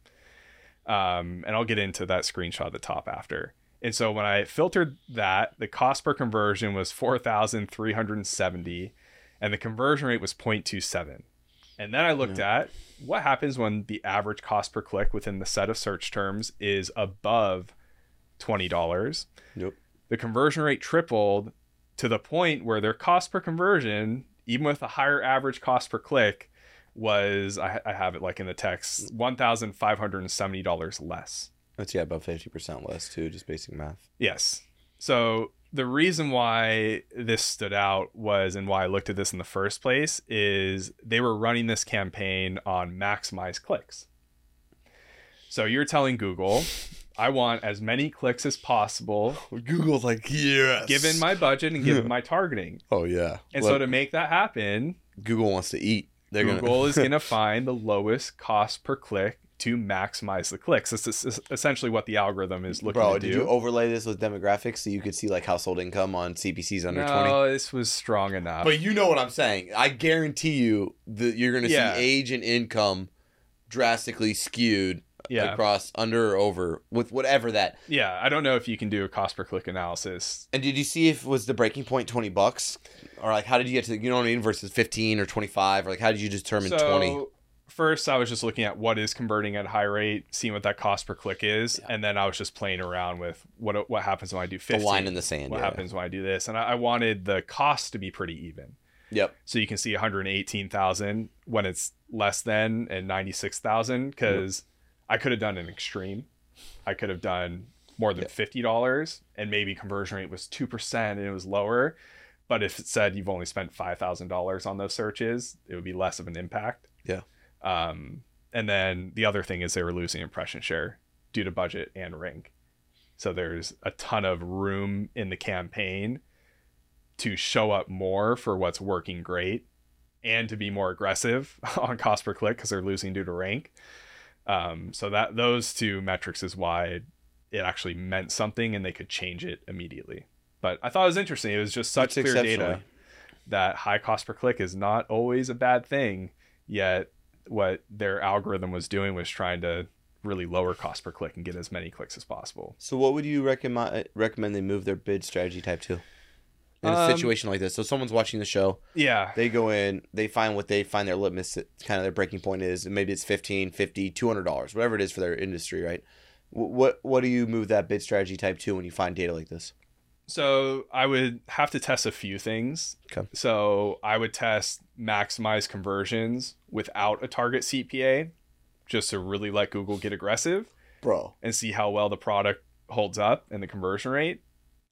B: Um, and I'll get into that screenshot at the top after. And so when I filtered that, the cost per conversion was 4,370 and the conversion rate was 0.27. And then I looked at what happens when the average cost per click within the set of search terms is above $20.
A: Yep.
B: The conversion rate tripled to the point where their cost per conversion, even with a higher average cost per click, was I, I have it like in the text $1,570 less.
A: That's yeah, about fifty percent less too. Just basic math.
B: Yes. So the reason why this stood out was, and why I looked at this in the first place, is they were running this campaign on maximize clicks. So you're telling Google, I want as many clicks as possible,
A: Google's like yes.
B: given my budget and given my targeting.
A: oh yeah,
B: And
A: Look,
B: so to make that happen,
A: Google wants to eat. They're
B: Google
A: gonna,
B: is going to find the lowest cost per click to maximize the clicks. That's es- essentially what the algorithm is looking
A: Bro,
B: to do.
A: did you overlay this with demographics so you could see like household income on CPCs under twenty?
B: no, this was strong enough.
A: But you know what I'm saying. I guarantee you that you're going to
B: Yeah.
A: see age and income drastically skewed
B: yeah.
A: across under or over with whatever that.
B: Yeah, I don't know if you can do a cost per click analysis.
A: And did you see if was the breaking point 20 bucks or like how did you get to you know what I mean versus 15 or 25 or like how did you determine 20?
B: first I was just looking at what is converting at high rate, seeing what that cost per click is,
A: Yeah.
B: and then I was just playing around with what what happens when I do
A: The
B: 15.
A: line in the sand.
B: what
A: yeah.
B: happens when I do this? And I, I wanted the cost to be pretty even.
A: Yep.
B: So you can see 118,000 when it's less than and 96,000 cuz I could have done an extreme. I could have done more than
A: Yeah.
B: $50 and maybe conversion rate was 2% and it was lower. But if it said you've only spent $5,000 on those searches, it would be less of an impact.
A: Yeah.
B: Um and then the other thing is they were losing impression share due to budget and rank. So there's a ton of room in the campaign to show up more for what's working great and to be more aggressive on cost per click because they're losing due to rank. Um, so that those two metrics is why it actually meant something and they could change it immediately. But I thought it was interesting. It was just such
A: That's
B: clear
A: exceptionally-
B: data that high cost per click is not always a bad thing. Yet what their algorithm was doing was trying to really lower cost per click and get as many clicks as possible.
A: So what would you recommend recommend they move their bid strategy type to? In a
B: Um,
A: situation like this, so someone's watching the show,
B: Yeah.
A: they go in, they find what they find their litmus kind of their breaking point is, and maybe it's 15, 50, 200 dollars, whatever it is for their industry, right? Wh- What what do you move that bid strategy type to when you find data like this?
B: So I would have to test a few things.
A: Okay.
B: So I would test maximize conversions without a target CPA just to really let Google get aggressive
A: Bro,
B: and see how well the product holds up and the conversion rate.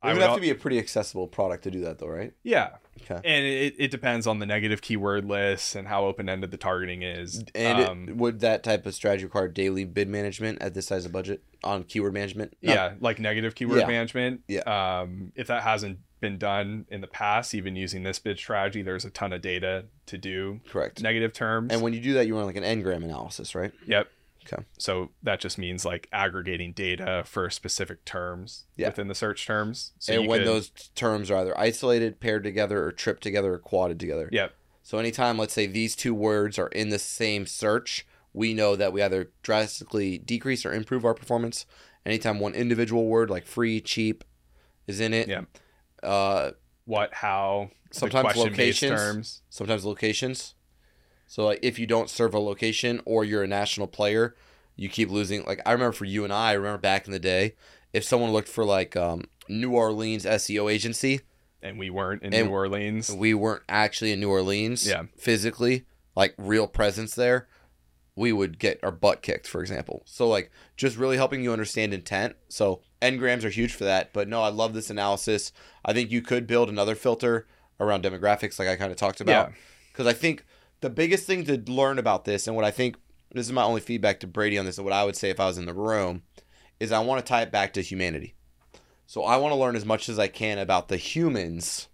A: it
B: I
A: would
B: would
A: have
B: al-
A: to be a pretty accessible product to do that, though, right?
B: yeah.
A: Okay.
B: And it, it depends on the negative keyword lists and how open ended the targeting is.
A: And
B: Um,
A: it, would that type of strategy require daily bid management at this size of budget on keyword management? Not-
B: yeah like negative keyword
A: Yeah.
B: management um if that hasn't been done in the past even using this bid strategy there's a ton of data to do
A: correct.
B: negative terms
A: And when you do that, you run like an n-gram analysis, right?
B: yep
A: Okay.
B: so that just means like aggregating data for specific terms
A: Yeah.
B: within the search terms so
A: and
B: you
A: when
B: could-
A: those terms are either isolated, paired together, or tripped together, or quadded together.
B: Yep.
A: So anytime, let's say these two words are in the same search, we know that we either drastically decrease or improve our performance. Anytime one individual word like free, cheap, is in it.
B: Yeah.
A: Uh,
B: what how the
A: sometimes
B: question-based
A: locations.
B: terms
A: Sometimes locations. So like if you don't serve a location or you're a national player, you keep losing. Like I remember for you and I, I remember back in the day, if someone looked for like um, New Orleans SEO agency,
B: and we weren't in
A: And-
B: new orleans
A: we weren't actually in New Orleans
B: Yeah.
A: physically, like real presence there, we would get our butt kicked, for example. So like just really helping you understand intent. So n-grams are huge for that. But no, I love this analysis. I think you could build another filter around demographics, like I kind of talked about. Because I think the biggest thing to learn about this, and what I think this is my only feedback to Brady on this, and what I would say if I was in the room, is I want to tie it back to humanity. So I want to learn as much as I can about the humans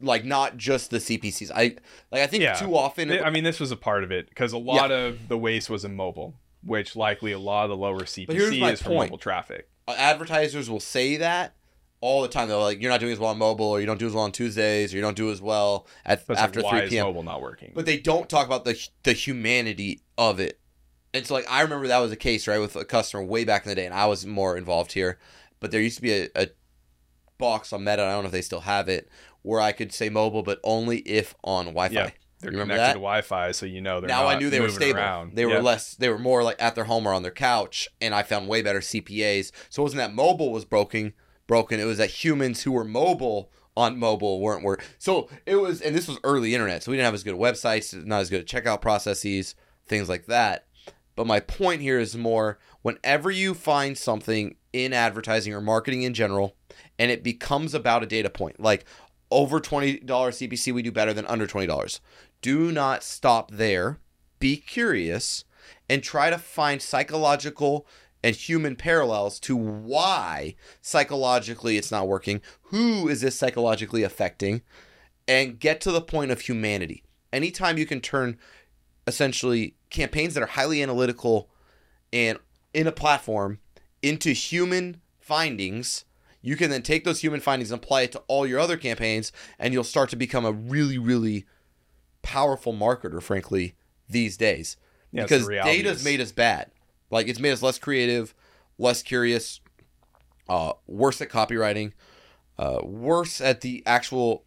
A: like not just the CPCs. I like I think
B: Yeah.
A: too often
B: I mean, this was a part of it because a lot of the waste was immobile, which likely a lot of the lower
A: here's my
B: CPC is from
A: point.
B: mobile traffic.
A: advertisers will say that all the time. They're like, "You're not doing as well on mobile, or you don't do as well on Tuesdays, or you don't do as well at
B: But
A: after
B: after why
A: three
B: is
A: p.m."
B: mobile not working?
A: But they don't talk about the the humanity of it. It's like I remember that was a case right with a customer way back in the day, and I was more involved here. But there used to be a, a box on Meta. I don't know if they still have it, where I could say mobile, but only if on Wi-Fi.
B: Yeah, they're
A: You remember
B: connected
A: that?
B: to Wi-Fi, so you know they're
A: now I
B: not
A: knew they were
B: moving
A: stable.
B: Around.
A: They were
B: Yeah.
A: less. They were more like at their home or on their couch, and I found way better CPAs. So it wasn't that mobile was broken. Broken. It was that humans who were mobile on mobile weren't were. So it was, and this was early internet, so we didn't have as good websites, not as good checkout processes, things like that. But my point here is more whenever you find something in advertising or marketing in general, and it becomes about a data point, like over $20 CPC, we do better than under $20. Do not stop there be curious and try to find psychological and human parallels to why psychologically it's not working. Who is this psychologically affecting? And get to the point of humanity. Anytime you can turn essentially campaigns that are highly analytical and in a platform into human findings, you can then take those human findings and apply it to all your other campaigns, and you'll start to become a really, really powerful marketer, frankly, these days.
B: Yeah, it's the
A: because
B: reality
A: data's
B: is-
A: made us bad. Like it's made us less creative, less curious, uh, worse at copywriting, uh, worse at the actual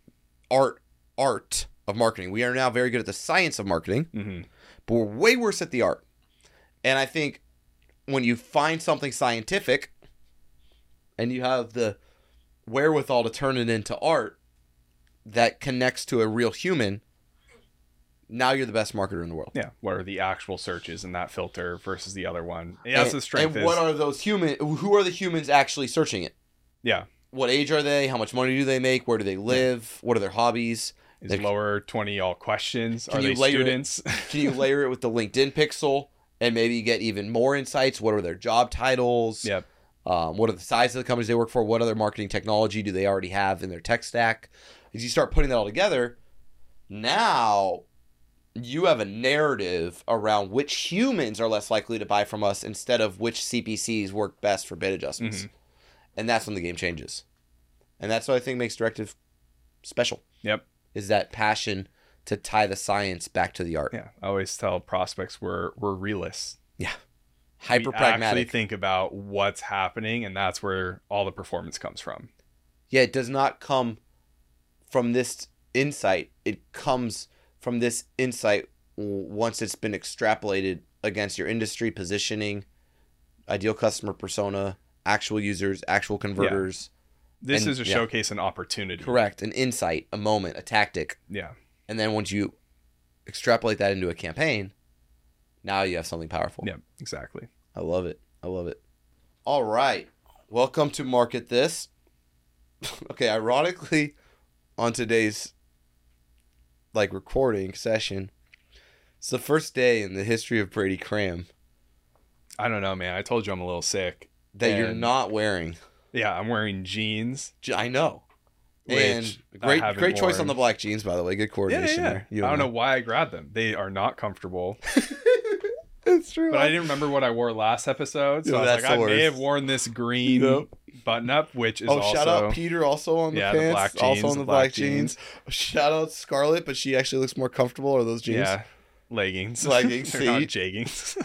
A: art art of marketing. We are now very good at the science of marketing,
B: Mhm.
A: but we're way worse at the art. And I think when you find something scientific and you have the wherewithal to turn it into art that connects to a real human, now you're the best marketer in the world.
B: Yeah, what are the actual searches in that filter versus the other one? Yeah, that's
A: and,
B: the strength.
A: And
B: is,
A: what are those human? Who are the humans actually searching it?
B: yeah,
A: What age are they? How much money do they make? Where do they live? What are their hobbies?
B: is
A: They're-
B: lower twenty all questions?
A: Can
B: Are
A: you
B: they
A: layer it-
B: students?
A: Can you layer it with the LinkedIn pixel and maybe get even more insights? What are their job titles?
B: Yep.
A: Um, what are the size of the companies they work for? What other marketing technology do they already have in their tech stack? As you start putting that all together, now you have a narrative around which humans are less likely to buy from us instead of which CPCs work best for bid adjustments.
B: Mhm.
A: And that's when the game changes. And that's what I think makes Directive special.
B: Yep.
A: Is that passion to tie the science back to the art.
B: Yeah, I always tell prospects we're we're realists.
A: Hyper
B: We actually
A: pragmatic.
B: think about what's happening, and that's where all the performance comes from.
A: yeah, it does not come from this insight. It comes from this insight w- once it's been extrapolated against your industry positioning, ideal customer persona, actual users, actual converters.
B: This
A: And-
B: is a
A: yeah.
B: showcase and opportunity.
A: Correct. An insight, a moment, a tactic.
B: Yeah.
A: And then once you extrapolate that into a campaign, now you have something powerful.
B: Yeah. Exactly.
A: I love it. I love it. All right. Welcome to Market This. okay, ironically, on today's like recording session, it's the first day in the history of Brady Cram
B: I don't know, man. I told you I'm a little sick.
A: that you're
B: And-
A: not wearing.
B: Yeah, I'm wearing jeans.
A: J- I know.
B: Which
A: and
B: I
A: great
B: haven't
A: great choice on
B: worn.
A: the black jeans, by the way. Good
B: Yeah,
A: coordination
B: yeah.
A: there. You
B: I don't
A: and
B: know why I grabbed them. They are not comfortable.
A: It's true.
B: But I didn't remember what I wore last episode, so
A: Yo,
B: I was
A: that's
B: like, I
A: the
B: may
A: worst.
B: have worn this green
A: Nope.
B: button up, which is
A: Oh,
B: also
A: shout out Peter also on the
B: yeah,
A: pants,
B: the black jeans,
A: also on the, black jeans. Shout out Scarlett, but she actually looks more comfortable. Are those jeans?
B: Yeah, leggings,
A: Leggings,
B: They're not
A: see?
B: jeggings.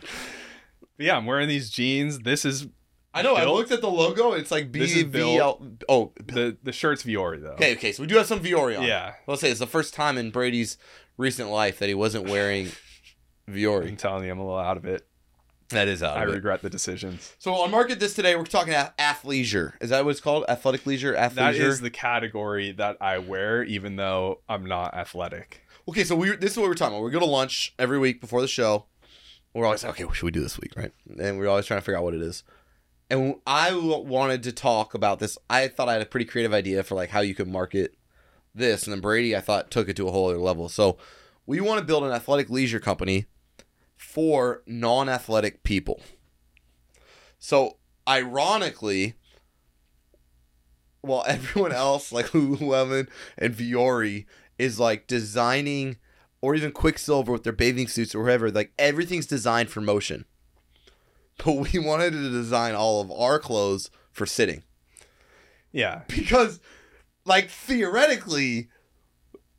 A: Yeah.
B: But yeah, I'm wearing these jeans. This is
A: I know. I
B: Built?
A: looked at the logo. It's like B
B: This is
A: V L. Oh,
B: the the shirt's Viore though.
A: okay, okay. So we do have some Viore on.
B: Yeah,
A: Let's say it's the first time in Brady's recent life that he wasn't wearing Viore.
B: I'm telling you, I'm a little out of it.
A: That is out.
B: I
A: of it.
B: regret the decisions.
A: So on market this today, we're talking a- athleisure. Is that what it's called? Athletic leisure, athleisure.
B: That is the category that I wear, even though I'm not athletic.
A: Okay, so we this is what we're talking about. We go to lunch every week before the show. We're always like, okay, what should we do this week, right? And we're always trying to figure out what it is. And I w- wanted to talk about this. I thought I had a pretty creative idea for like how you could market this, and then Brady, I thought, took it to a whole other level. So we want to build an athletic leisure company for non-athletic people. So ironically, while everyone else like Lululemon and Viore is like designing or even Quicksilver with their bathing suits or whatever, like everything's designed for motion. But we wanted to design all of our clothes for sitting
B: Yeah.
A: because like theoretically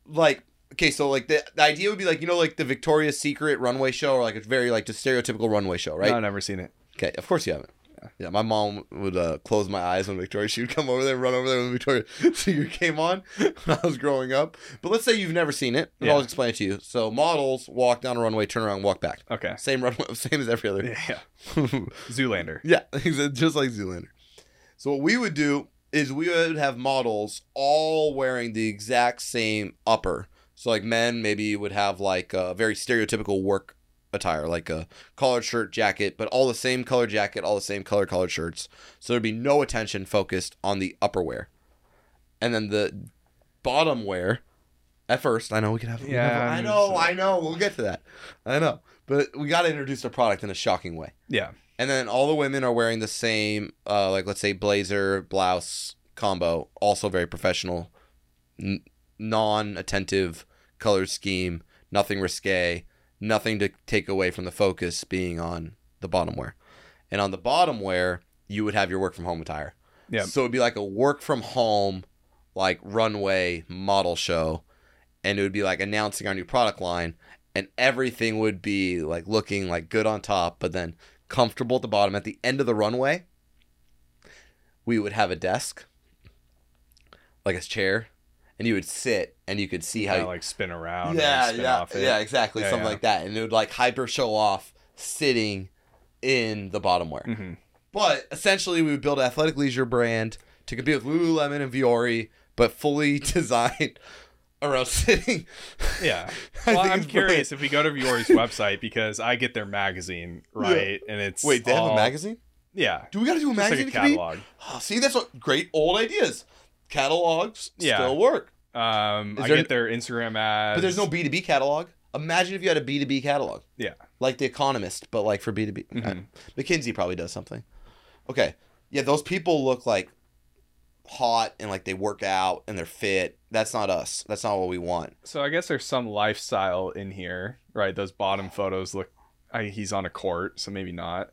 A: like okay so like the, the idea would be like you know like the victoria's secret runway show or like it's very like the stereotypical runway show right
B: No, I've never seen it.
A: okay of course you haven't yeah, my mom would uh, close my eyes when Victoria. She would come over there and run over there when Victoria Secret came on when I was growing up. But let's say you've never seen it. and
B: Yeah.
A: I'll explain it to you. So models walk down a runway, turn around, walk back.
B: Okay.
A: Same runway, same as every other.
B: Yeah. Zoolander.
A: Yeah, exa- just like Zoolander. So what we would do is we would have models all wearing the exact same upper. So like men maybe would have like a very stereotypical work attire, like a collared shirt, jacket, but all the same color jacket, all the same color collared shirts. So there'd be no attention focused on the upper wear, and then the bottom wear. At first, I know we could have. we
B: Yeah,
A: have- I
B: I'm
A: know,
B: sorry.
A: I know. We'll get to that. I know, but we got to introduce the product in a shocking way.
B: Yeah.
A: And then all the women are wearing the same, uh, like let's say blazer, blouse combo, also very professional, n- non-attentive color scheme, nothing risque, nothing to take away from the focus being on the bottom wear. And on the bottom wear, you would have your work from home attire.
B: Yeah.
A: So it'd be like a work from home, like runway model show, and it would be like announcing our new product line, and everything would be like looking like good on top, but then comfortable at the bottom. At the end of the runway, we would have a desk, like a chair, and you would sit and you could see how
B: Kinda,
A: you
B: like spin around. Yeah.
A: yeah,
B: And spin
A: yeah,
B: Off it.
A: yeah, exactly,
B: Yeah,
A: something
B: yeah.
A: like that, and it would like hyper show off sitting in the bottom wear.
B: hmm
A: But essentially, we would build an athletic leisure brand to compete with Lululemon and Viore, but fully designed around sitting.
B: Yeah.
A: I
B: Well,
A: think
B: I'm
A: it's
B: curious if we go to Viore's website because I get their magazine, right? And it's
A: Wait, they have a
B: all-
A: magazine?
B: Yeah.
A: Do we got to do a
B: It's like
A: magazine
B: a
A: to compete?
B: catalog.
A: Oh, see, that's what great old ideas. Catalogs
B: Yeah.
A: still work,
B: Um,
A: Is
B: I
A: there-
B: get their Instagram ads.
A: but there's no B two B catalog. Imagine if you had a B two B catalog.
B: Yeah.
A: like The Economist, but like for B two B. Uh,
B: Mhm.
A: McKinsey probably does something. Okay, yeah, those people look like hot and like they work out and they're fit. That's not us. That's not what we want.
B: So I guess there's some lifestyle in here, right? Those bottom photos look. I, he's on a court, so maybe not.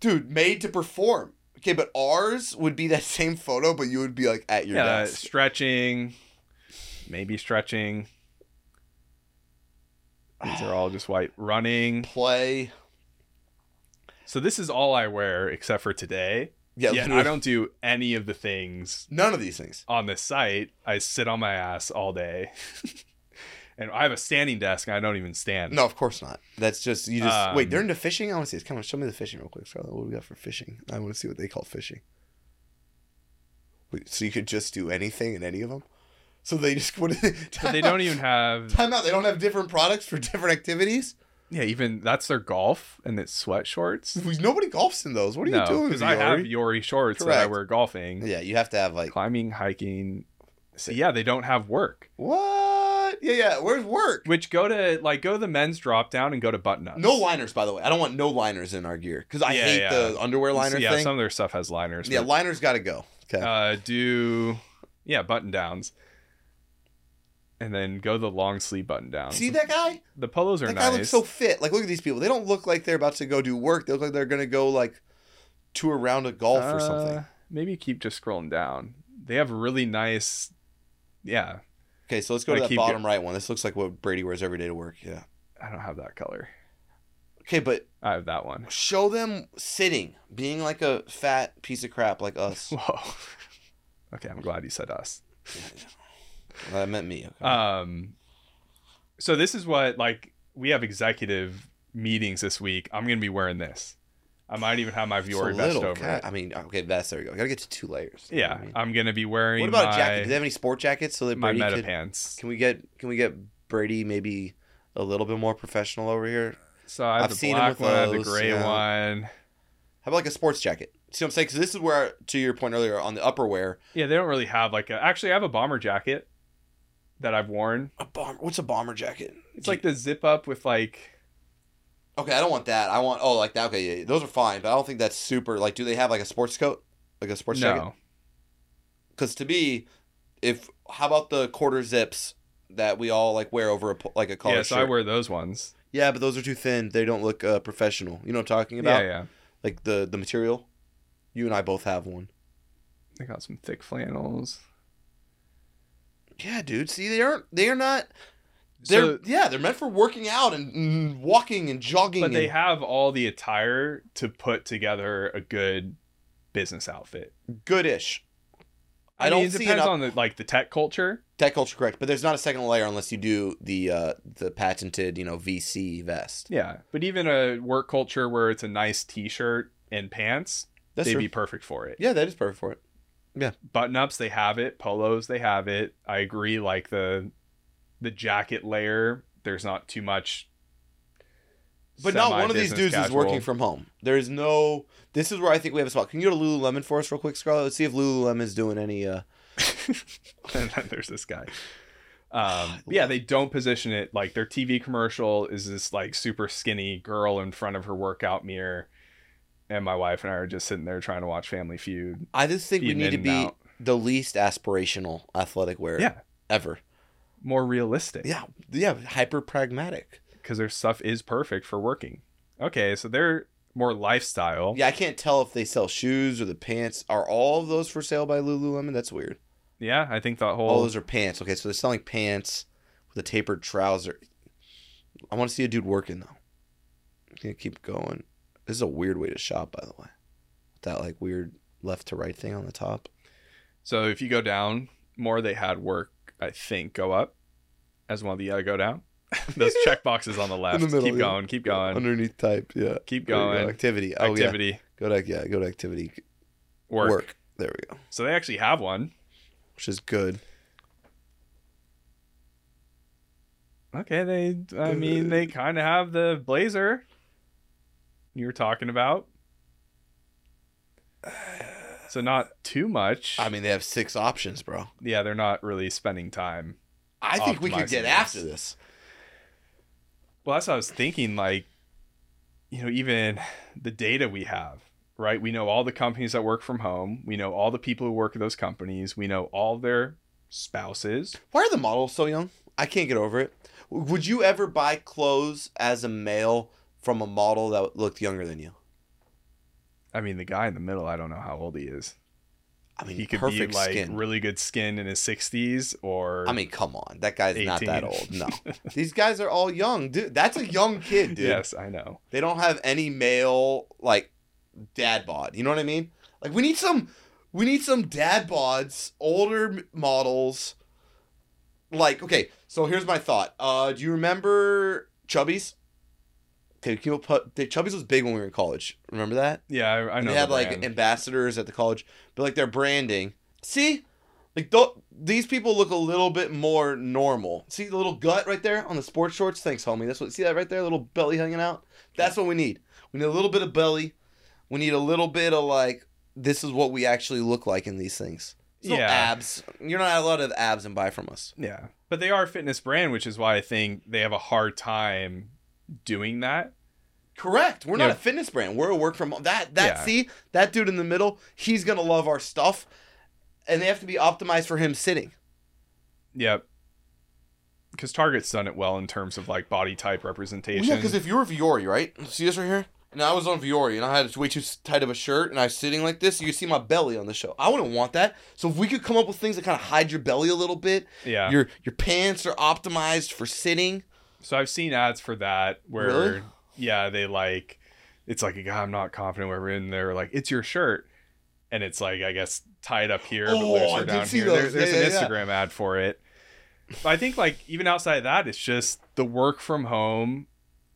A: dude made to perform okay but ours would be that same photo but you would be like at your
B: yeah,
A: desk
B: stretching, maybe stretching. These are all just white running.
A: play
B: So this is all I wear except for today.
A: yeah,
B: Yet I
A: literally.
B: don't do any of the things
A: none of these things
B: on this site. I sit on my ass all day, and I have a standing desk. And I don't even stand.
A: no of course not that's just you just
B: Um,
A: wait they're into fishing i want to see this come on show me the fishing real quick Scarlett. what do we got for fishing i want to see what they call fishing wait so you could just do anything in any of them so they just what do they,
B: But they don't even have.
A: time out they don't have different products for different activities
B: Yeah, even that's their golf and it's sweat shorts.
A: nobody golfs in those what are you doing
B: Because I have
A: Viore?
B: Yori shorts that I
A: Correct.
B: wear golfing,
A: yeah you have to have like
B: climbing, hiking. So yeah, they don't have work.
A: what yeah yeah where's work
B: Which go to like go to the men's drop down and go to button ups.
A: No liners, by the way. I don't want no liners in our gear because I
B: Yeah,
A: hate
B: yeah.
A: the underwear liner
B: yeah,
A: thing.
B: some of their stuff has liners.
A: yeah,
B: but,
A: liners got to go. Okay.
B: uh, do yeah button downs, and then go to the long sleeve button downs.
A: See that guy?
B: The polos are
A: That guy
B: nice.
A: looks so fit. Like, look at these people. They don't look like they're about to go do work. They look like they're gonna go like tour around a golf or something.
B: Uh, Maybe keep just scrolling down. They have really nice. Yeah,
A: Okay, so let's go to
B: I
A: that
B: keep
A: bottom right one. This looks like what Brady wears every day to work. Yeah.
B: I don't have that color.
A: Okay, but
B: I have that one.
A: show them sitting, being like a fat piece of crap like us.
B: Whoa. okay, I'm glad you said us.
A: that meant me. Okay.
B: Um, so this is what like we have executive meetings this week. I'm gonna be wearing this. I might even have my
A: It's a
B: Viore vest
A: little
B: over
A: guy.
B: it.
A: I mean, okay, vest. There we go. Gotta get to two layers. You know
B: Yeah,
A: What, I mean?
B: I'm gonna be wearing
A: What about
B: my,
A: a jacket? Do they have any sport jackets so that
B: my
A: Brady
B: meta
A: could
B: pants.
A: Can we get can we get Brady maybe a little bit more professional over here?
B: So I have
A: I've
B: the
A: seen him with
B: black one, I have the
A: those,
B: gray
A: yeah.
B: one.
A: How about like a sports jacket? See what I'm saying? Because this is where, to your point earlier, on the upper wear,
B: Yeah, they don't really have like a. Actually, I have a bomber jacket that I've worn.
A: a bomber. What's a bomber jacket?
B: It's like the zip up with like.
A: okay, I don't want that. I want oh like that. Okay, yeah, yeah, those are fine, but I don't think that's super. Like, do they have like a sports coat, like a sports
B: no,
A: jacket? because to me, if how about the quarter zips that we all like wear over a, po- like a collar
B: yeah, so I
A: shirt?
B: wear those ones.
A: yeah, but those are too thin. They don't look uh, professional. You know what I'm talking about?
B: Yeah, yeah.
A: Like the the material. You and I both have one.
B: I got some thick flannels.
A: Yeah, dude. See, they aren't. They are not. They're
B: So-
A: yeah. They're meant for working out and mm, walking and jogging.
B: but they
A: and
B: have all the attire to put together a good business outfit.
A: goodish. I,
B: I,
A: don't
B: mean, it
A: see
B: depends
A: enough
B: on the like the tech culture.
A: tech culture correct, but there's not a second layer unless you do the uh, the patented you know VC vest.
B: Yeah, but even a work culture where it's a nice T-shirt and pants,
A: That's
B: they'd
A: true.
B: be perfect for it.
A: yeah, that is perfect for it.
B: Button ups, they have it. Polos, they have it. I agree. Like the the jacket layer, there's not too much.
A: But not one of these
B: semi-business
A: dudes is working
B: casual.
A: from home. There is no. This is where I think we have a spot. Can you go to Lululemon for us real quick, Scarlett? Let's see if Lululemon's doing any. Uh,
B: and then there's this guy. Um, yeah, they don't position it like their TV commercial is this like super skinny girl in front of her workout mirror, and my wife and I are just sitting there trying to watch Family Feud.
A: I just think we
B: Eating
A: need to
B: in and
A: be
B: out.
A: the least aspirational athletic wear
B: Yeah.
A: ever.
B: More realistic,
A: Yeah, yeah, hyper pragmatic.
B: because their stuff is perfect for working. Okay, so they're more lifestyle.
A: Yeah, I can't tell if they sell shoes or the pants. Are all of those for sale by Lululemon? That's weird.
B: yeah. I think that whole
A: All Oh, those are pants. Okay, so they're selling pants with a tapered trouser. I want to see a dude working though. I'm gonna keep going. This is a weird way to shop, by the way. That like weird left to right thing on the top.
B: So if you go down more, they had work, I think, go up as one of the other go down. Those check boxes on the left.
A: middle,
B: keep
A: yeah.
B: going, keep going,
A: Underneath type, yeah.
B: keep
A: There you go.
B: going.
A: Activity. Oh yeah.
B: Activity,
A: Go to yeah. Go to activity.
B: work.
A: There we go.
B: So they actually have one.
A: Which is good.
B: Okay, they. I mean, they kind of have the blazer you were talking about. So not too much.
A: I mean, they have six options, bro.
B: yeah, they're not really spending time.
A: I think we could
B: Optimizing
A: get
B: this.
A: after this.
B: Well, that's what I was thinking. Like, you know, even the data we have, right? We know all the companies that work from home. We know all the people who work at those companies. We know all their spouses.
A: Why are the models so young? I can't get over it. W- Would you ever buy clothes as a male from a model that looked younger than you?
B: I mean, the guy in the middle, I don't know how old he is.
A: I mean,
B: He could
A: perfect
B: be like
A: skin.
B: really good skin in his 60s or
A: I mean, come on, that guy's not that
B: 18.
A: old. No, these guys are all young, dude. That's a young kid, dude.
B: Yes, I know.
A: They don't have any male like dad bod. You know what I mean? Like we need some, we need some dad bods, older m- models. Like okay, so here's my thought. Uh, do you remember Chubby's? Okay, can you put the- Chubby's was big when we were in college. Remember that?
B: Yeah, I, I
A: And
B: know.
A: they had
B: the
A: like
B: brand.
A: ambassadors at the college, but like their branding. See, like th- these people look a little bit more normal. See the little gut right there on the sports shorts. Thanks, homie. That's what. See that right there, little belly hanging out. That's what we need. We need a little bit of belly. We need a little bit of like this is what we actually look like in these things. There's no
B: Yeah.
A: abs. You're not allowed to have abs and buy from us.
B: Yeah. But they are a fitness brand, which is why I think they have a hard time doing that.
A: Correct. We're not
B: Yeah.
A: a fitness brand. We're a work from that. That
B: Yeah.
A: see that dude in the middle. He's gonna love our stuff, and they have to be optimized for him sitting.
B: Yep. Because Target's done it well in terms of like body type representation.
A: Well, yeah, because if you were Viore, right? See this right here? And I was on Viore, and I had way too tight of a shirt, and I was sitting like this. You could see my belly on the show. I wouldn't want that. So if we could come up with things that kind of hide your belly a little bit,
B: yeah.
A: your your pants are optimized for sitting.
B: So I've seen ads for that where,
A: Really?
B: yeah, they like, it's like, God, I'm not confident where we're in there. Like, it's your shirt. And it's like, I guess, tied up here, but
A: Oh,
B: looser
A: I did
B: down
A: see
B: here.
A: those.
B: There- there's
A: Yeah,
B: an
A: yeah, yeah.
B: Instagram ad for it. But I think, like, even outside of that, it's just the work from home,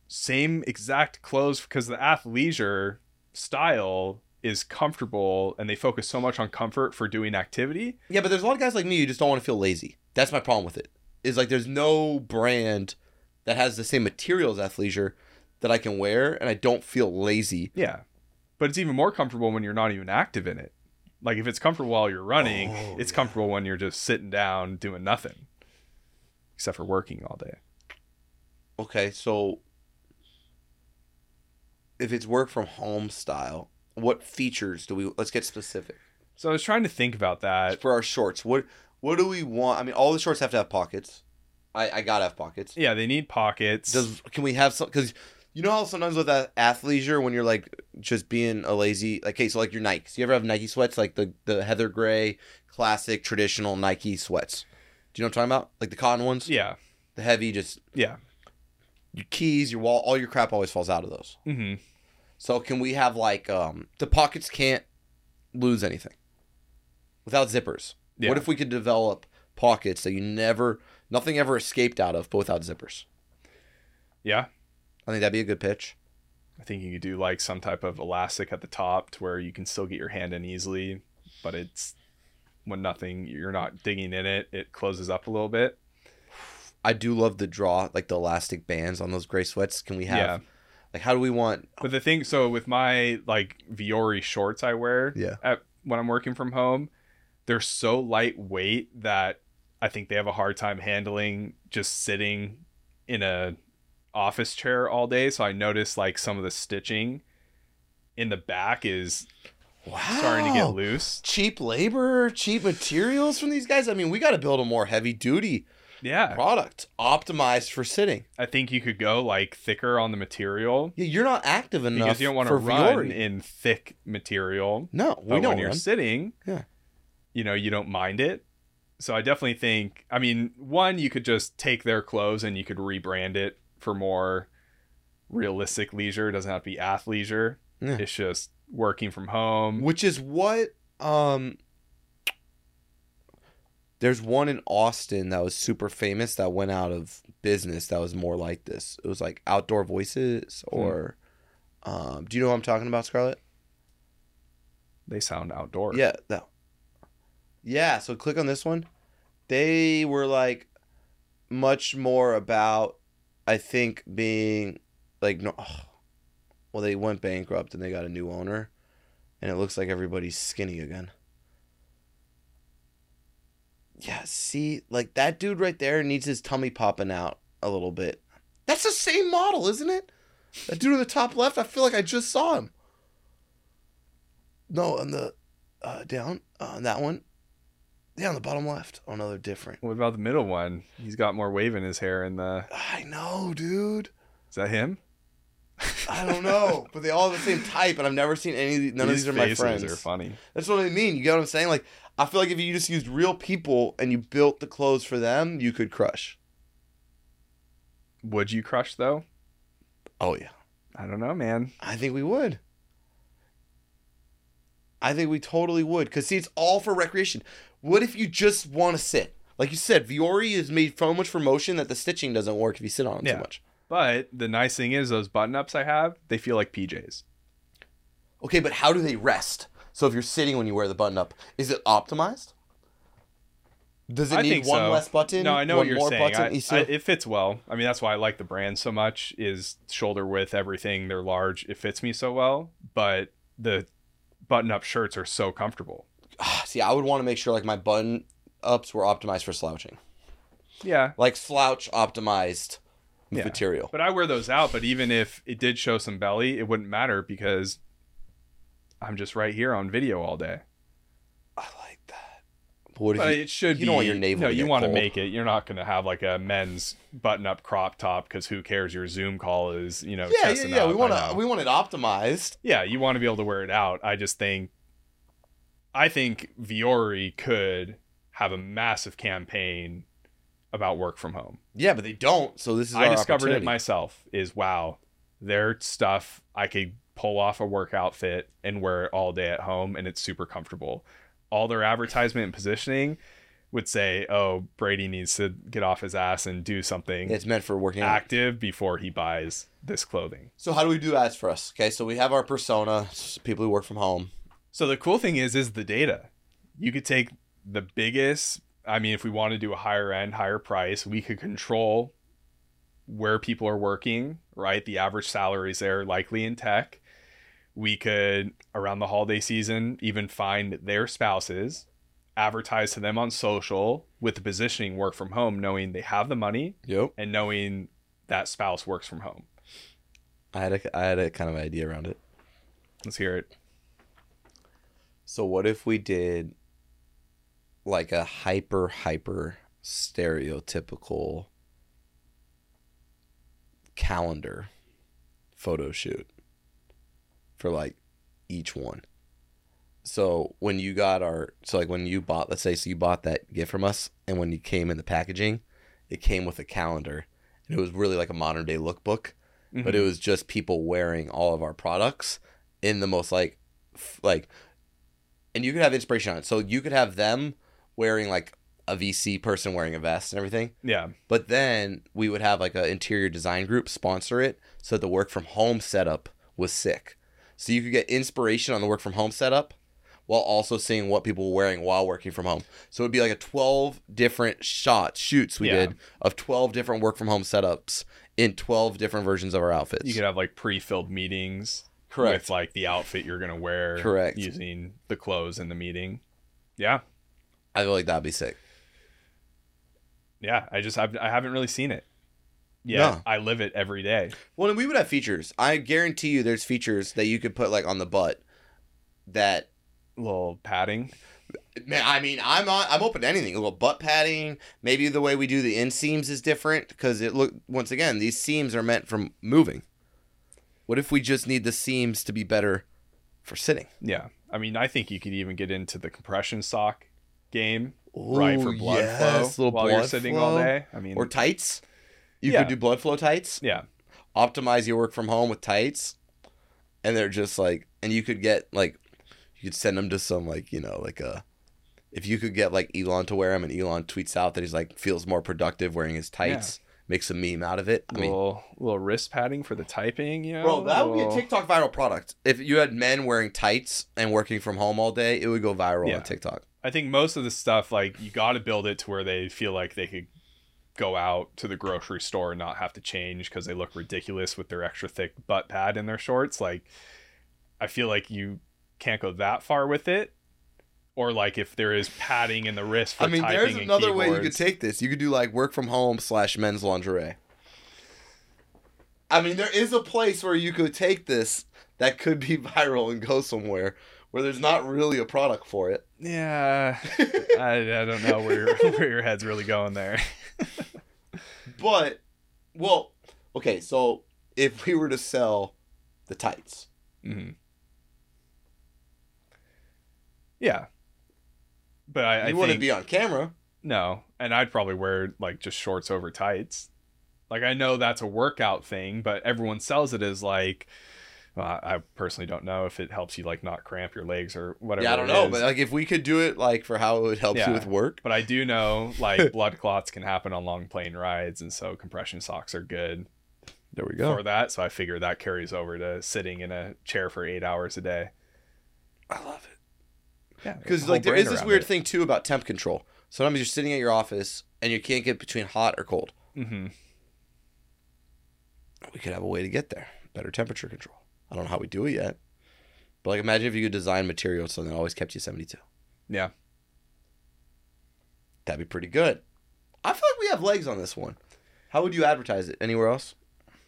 B: same exact clothes because the athleisure style is comfortable and they focus so much on comfort for doing activity.
A: Yeah, but there's a lot of guys like me who just don't want to feel lazy. That's my problem with it. Is like there's no brand that has the same materials athleisure that I can wear, and I don't feel lazy.
B: Yeah. But it's even more comfortable when you're not even active in it. Like if it's comfortable while you're running,
A: Oh,
B: it's
A: yeah.
B: comfortable when you're just sitting down doing nothing. Except for working all day.
A: Okay, so if it's work from home style, what features do we? Let's get specific.
B: So I was trying to think about that.
A: for our shorts. What what do we want? I mean, all the shorts have to have pockets. I I gotta have pockets.
B: Yeah, they need pockets.
A: Does can we have some? Because you know how sometimes with that athleisure, when you're like just being a lazy, like okay, so like your Nikes. You ever have Nike sweats, like the the heather gray classic traditional Nike sweats? Do you know what I'm talking about? Like the cotton ones,
B: yeah,
A: the heavy, just
B: yeah.
A: your keys, your wall, all your crap always falls out of those.
B: hmm
A: So can we have like um the pockets can't lose anything without zippers?
B: Yeah.
A: What if we could develop pockets that you never nothing ever escaped out of but without zippers?
B: Yeah,
A: I think that'd be a good pitch.
B: I think you could do like some type of elastic at the top to where you can still get your hand in easily, but it's when nothing you're not digging in it, it closes up a little bit.
A: I do love the draw, like the elastic bands on those gray sweats. Can we have
B: Yeah.
A: like how do we want
B: But the thing, so with my like Viore shorts I wear
A: Yeah.
B: at, when I'm working from home, they're so lightweight that I think they have a hard time handling just sitting in a office chair all day. So I notice like some of the stitching in the back is
A: wow.
B: starting to
A: Oh.
B: get loose.
A: cheap labor, cheap materials from these guys? I mean, we got to build a more heavy duty
B: Yeah.
A: product optimized for sitting.
B: I think you could go like thicker on the material
A: Yeah, you're not active enough
B: because you don't want to
A: for
B: run
A: Vuori.
B: in thick material.
A: no,
B: But
A: we don't
B: when you're
A: run.
B: sitting,
A: Yeah.
B: you know, you don't mind it. So I definitely think, I mean, one, you could just take their clothes and you could rebrand it for more realistic leisure. It doesn't have to be athleisure.
A: Yeah.
B: It's just working from home.
A: which is what um there's one in austin that was super famous that went out of business that was more like this it was like outdoor voices or um do you know what i'm talking about scarlett
B: They sound outdoor.
A: yeah no. yeah so click on this one they were like much more about i think being like no ugh. well they went bankrupt and they got a new owner and it looks like everybody's skinny again yeah see like that dude right there needs his tummy popping out a little bit that's the same model isn't it that dude in the top left i feel like i just saw him no on the uh down uh, on that one yeah on the bottom left oh no they're different
B: What about the middle one? He's got more wave in his hair and the.
A: i know dude
B: Is that him?
A: I don't know, but they all have the same type, and I've never seen any. of the- None of these
B: These
A: are my
B: faces
A: friends.
B: are funny.
A: That's what I mean. You get what I'm saying? Like, I feel like if you just used real people and you built the clothes for them, you could crush.
B: Would you crush though?
A: Oh yeah,
B: I don't know, man.
A: I think we would. I think we totally would, cause see, it's all for recreation. What if you just want to sit? Like you said, Viore is made so much for motion that the stitching doesn't work if you sit on it
B: Yeah.
A: too much.
B: But the nice thing is those button ups I have, they feel like PJs.
A: Okay, but how do they rest? So if you're sitting when you wear the button up, is it optimized? Does it
B: I
A: need
B: think
A: one
B: so.
A: less button?
B: No, I know
A: one
B: what you're
A: more
B: saying.
A: button?
B: I,
A: You see-
B: I- it fits well. I mean, that's why I like the brand so much. Is shoulder width, everything. They're large. It fits me so well. But the button-up shirts are so comfortable.
A: Ah, see, I would want to make sure like my button ups were optimized for slouching,
B: Yeah,
A: like slouch optimized
B: Yeah.
A: material.
B: but I wear those out. But even if it did show some belly, it wouldn't matter because I'm just right here on video all day.
A: I like that. But what if
B: But
A: you,
B: it should
A: you
B: be.
A: don't want your navel
B: No,
A: to
B: you
A: get
B: want to
A: cold.
B: make it. You're not going to have like a men's button-up crop top because who cares? Your Zoom call is you know.
A: yeah, yeah,
B: chesting
A: yeah.
B: up,
A: We
B: I
A: want
B: know.
A: to. We want it optimized.
B: yeah, you want to be able to wear it out. I just think, I think Viore could have a massive campaign about work from home.
A: Yeah, but they don't. So this is.
B: I
A: our
B: discovered it
A: opportunity.
B: myself. Is wow, their stuff I could pull off a work outfit and wear it all day at home, and it's super comfortable. All their advertisement and positioning would say, "Oh, Brady needs to get off his ass and do something
A: It's meant for working. out.
B: active before he buys this clothing."
A: So how do we do ads for us? Okay, so we have our persona, s- people who work from home.
B: So the cool thing is is the data. You could take the biggest, I mean if we want to do a higher end, higher price, we could control where people are working, right? The average salaries there likely in tech. We could around the holiday season even find their spouses, advertise to them on social with the positioning work from home knowing they have the money
A: Yep.
B: and knowing that spouse works from home.
A: I had a, I had a kind of idea around it.
B: Let's hear it.
A: So what if we did like a hyper hyper stereotypical calendar photo shoot for like each one. So when you got our so like when you bought let's say so you bought that gift from us and when you came in the packaging, it came with a calendar and it was really like a modern day lookbook but it was just people wearing all of our products in the most like f- like and you could have inspiration on it so you could have them wearing like a vc person wearing a vest and everything
B: yeah,
A: but then we would have like an interior design group sponsor it so that the work from home setup was sick so you could get inspiration on the work from home setup while also seeing what people were wearing while working from home so it'd be like a 12 different shots shoots we
B: Yeah.
A: did of 12 different work from home setups in 12 different versions of our outfits
B: you could have like pre-filled meetings with like the outfit you're gonna wear.
A: Correct.
B: Using the clothes in the meeting. Yeah,
A: I feel like that'd be sick.
B: yeah. I just have I haven't really seen it. Yeah,
A: No.
B: I live it every day.
A: Well, and we would have features. I guarantee you, there's features that you could put like on the butt. That
B: Little padding.
A: man, I mean, I'm on, I'm open to anything. A little butt padding. Maybe the way we do the inseams is different because it look once again these seams are meant for moving. What if we just need the seams to be better for sitting?
B: Yeah, I mean, I think you could even get into the compression sock game, right? For blood flow
A: little
B: while
A: blood
B: you're sitting all
A: flow.
B: day. I mean,
A: or tights. You
B: Yeah.
A: could do blood flow tights.
B: yeah,
A: optimize your work from home with tights and they're just like and you could get like you could send them to some like you know like a if you could get like Elon to wear them and Elon tweets out that he's like feels more productive wearing his tights makes a meme out of it I mean
B: little little wrist padding for the typing. You know,
A: bro that would be a
B: little-
A: TikTok viral product if you had men wearing tights and working from home all day it would go viral
B: Yeah.
A: on TikTok
B: I think most of the stuff, like you got to build it to where they feel like they could go out to the grocery store and not have to change because they look ridiculous with their extra thick butt pad in their shorts. Like, I feel like you can't go that far with it. Or like if there is padding in the wrist for
A: I mean
B: typing
A: there's
B: and
A: another way you could
B: keyboards.
A: take this you could do like work from home slash men's lingerie I mean, there is a place where you could take this that could be viral and go somewhere where there's not really a product for it.
B: Yeah, I, I don't know where your, where your head's really going there.
A: But, well, okay, so if we were to sell the tights, Mm-hmm.
B: hmm Yeah, but I, I
A: you
B: think
A: wouldn't be on camera.
B: no, and I'd probably wear like just shorts over tights. Like I know that's a workout thing, but everyone sells it as like. Well, I I personally don't know if it helps you like not cramp your legs or whatever.
A: yeah, I don't
B: it
A: know,
B: is.
A: but like if we could do it like for how it would help
B: Yeah.
A: you with work.
B: But I do know like blood clots can happen on long plane rides, and so compression socks are good.
A: There we
B: for that. So I figure that carries over to sitting in a chair for eight hours a day.
A: I love it.
B: Yeah, there's a
A: Because
B: whole
A: like there
B: brain
A: is this
B: around
A: weird
B: it.
A: thing too about temp control. Sometimes you're sitting at your office and you can't get between hot or cold.
B: Mhm.
A: we could have a way to get there. Better temperature control. I don't know how we do it yet. But like imagine if you could design material so that always kept you 72.
B: Yeah.
A: That'd be pretty good. I feel like we have legs on this one. How would you advertise it? Anywhere else?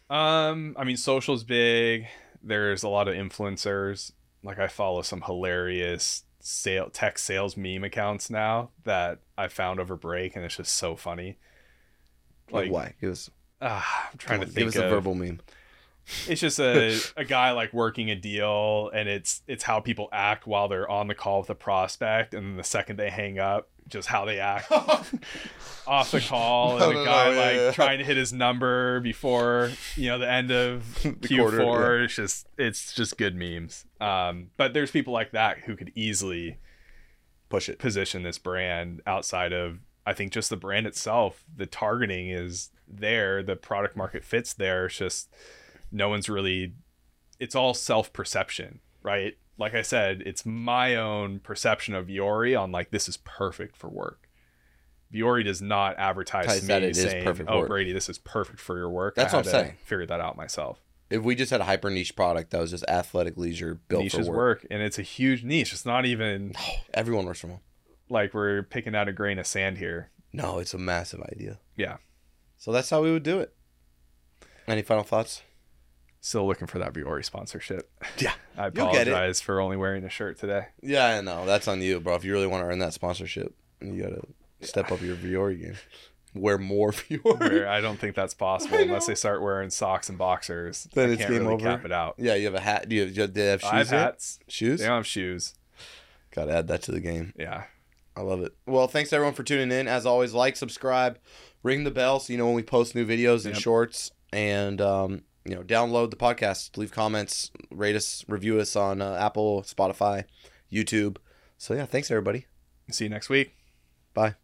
B: Um, I mean, social's big. There's a lot of influencers. Like I follow some hilarious sale tech sales meme accounts now that I found over break, and it's just so funny.
A: Like,
B: Like,
A: why? Give us
B: ah, I'm trying to
A: give
B: think
A: us
B: of.
A: a verbal meme.
B: It's just a, a guy like working a deal, and it's it's how people act while they're on the call with a prospect, and then the second they hang up, just how they act off the call
A: No,
B: and
A: no,
B: the
A: no,
B: guy
A: yeah,
B: like
A: yeah.
B: trying to hit his number before you know the end of
A: The
B: Q4.
A: quarter,
B: It's just it's just good memes. Um, but there's people like that who could easily
A: Push it.
B: position this brand outside of I think just the brand itself. The targeting is there. The product market fits there. It's just no one's really. It's all self perception, right? Like I said, it's my own perception of Viore on like this is perfect for work. Viore does not advertise
A: Advertise
B: to
A: that
B: me
A: it is
B: saying,
A: perfect
B: "Oh,
A: work."
B: Brady, this is perfect for your work."
A: That's
B: I
A: what
B: had
A: I'm
B: to
A: saying.
B: Figure that out myself.
A: If we just had a hyper niche product that was just athletic leisure built
B: niche
A: for
B: is
A: work.
B: work, and it's a huge niche. It's not even
A: Everyone works from home.
B: like we're picking out a grain of sand here.
A: No, it's a massive idea.
B: Yeah.
A: So that's how we would do it. Any final thoughts?
B: Still looking for that Biore sponsorship.
A: Yeah,
B: I
A: you'll get it.
B: apologize for only wearing a shirt today.
A: Yeah, I know. That's on you, bro. If you really want to earn that sponsorship, you gotta step up your Viore game. Wear more Viore.
B: Where I don't think that's possible
A: I
B: unless
A: know.
B: they start wearing socks and boxers.
A: Then
B: I
A: it's
B: can't
A: game
B: really
A: over.
B: cap it out.
A: Yeah, you have a hat. Do you have, do they have shoes?
B: Oh, I have
A: yet?
B: hats.
A: Shoes?
B: They don't have shoes.
A: Gotta add that to the game.
B: Yeah.
A: I love it. Well, thanks everyone for tuning in. As always, like, subscribe, ring the bell so you know when we post new videos and
B: Yep.
A: shorts, and um, you know, download the podcast, leave comments, rate us, review us on uh, Apple, Spotify, YouTube. So yeah, thanks everybody.
B: See you next week.
A: Bye.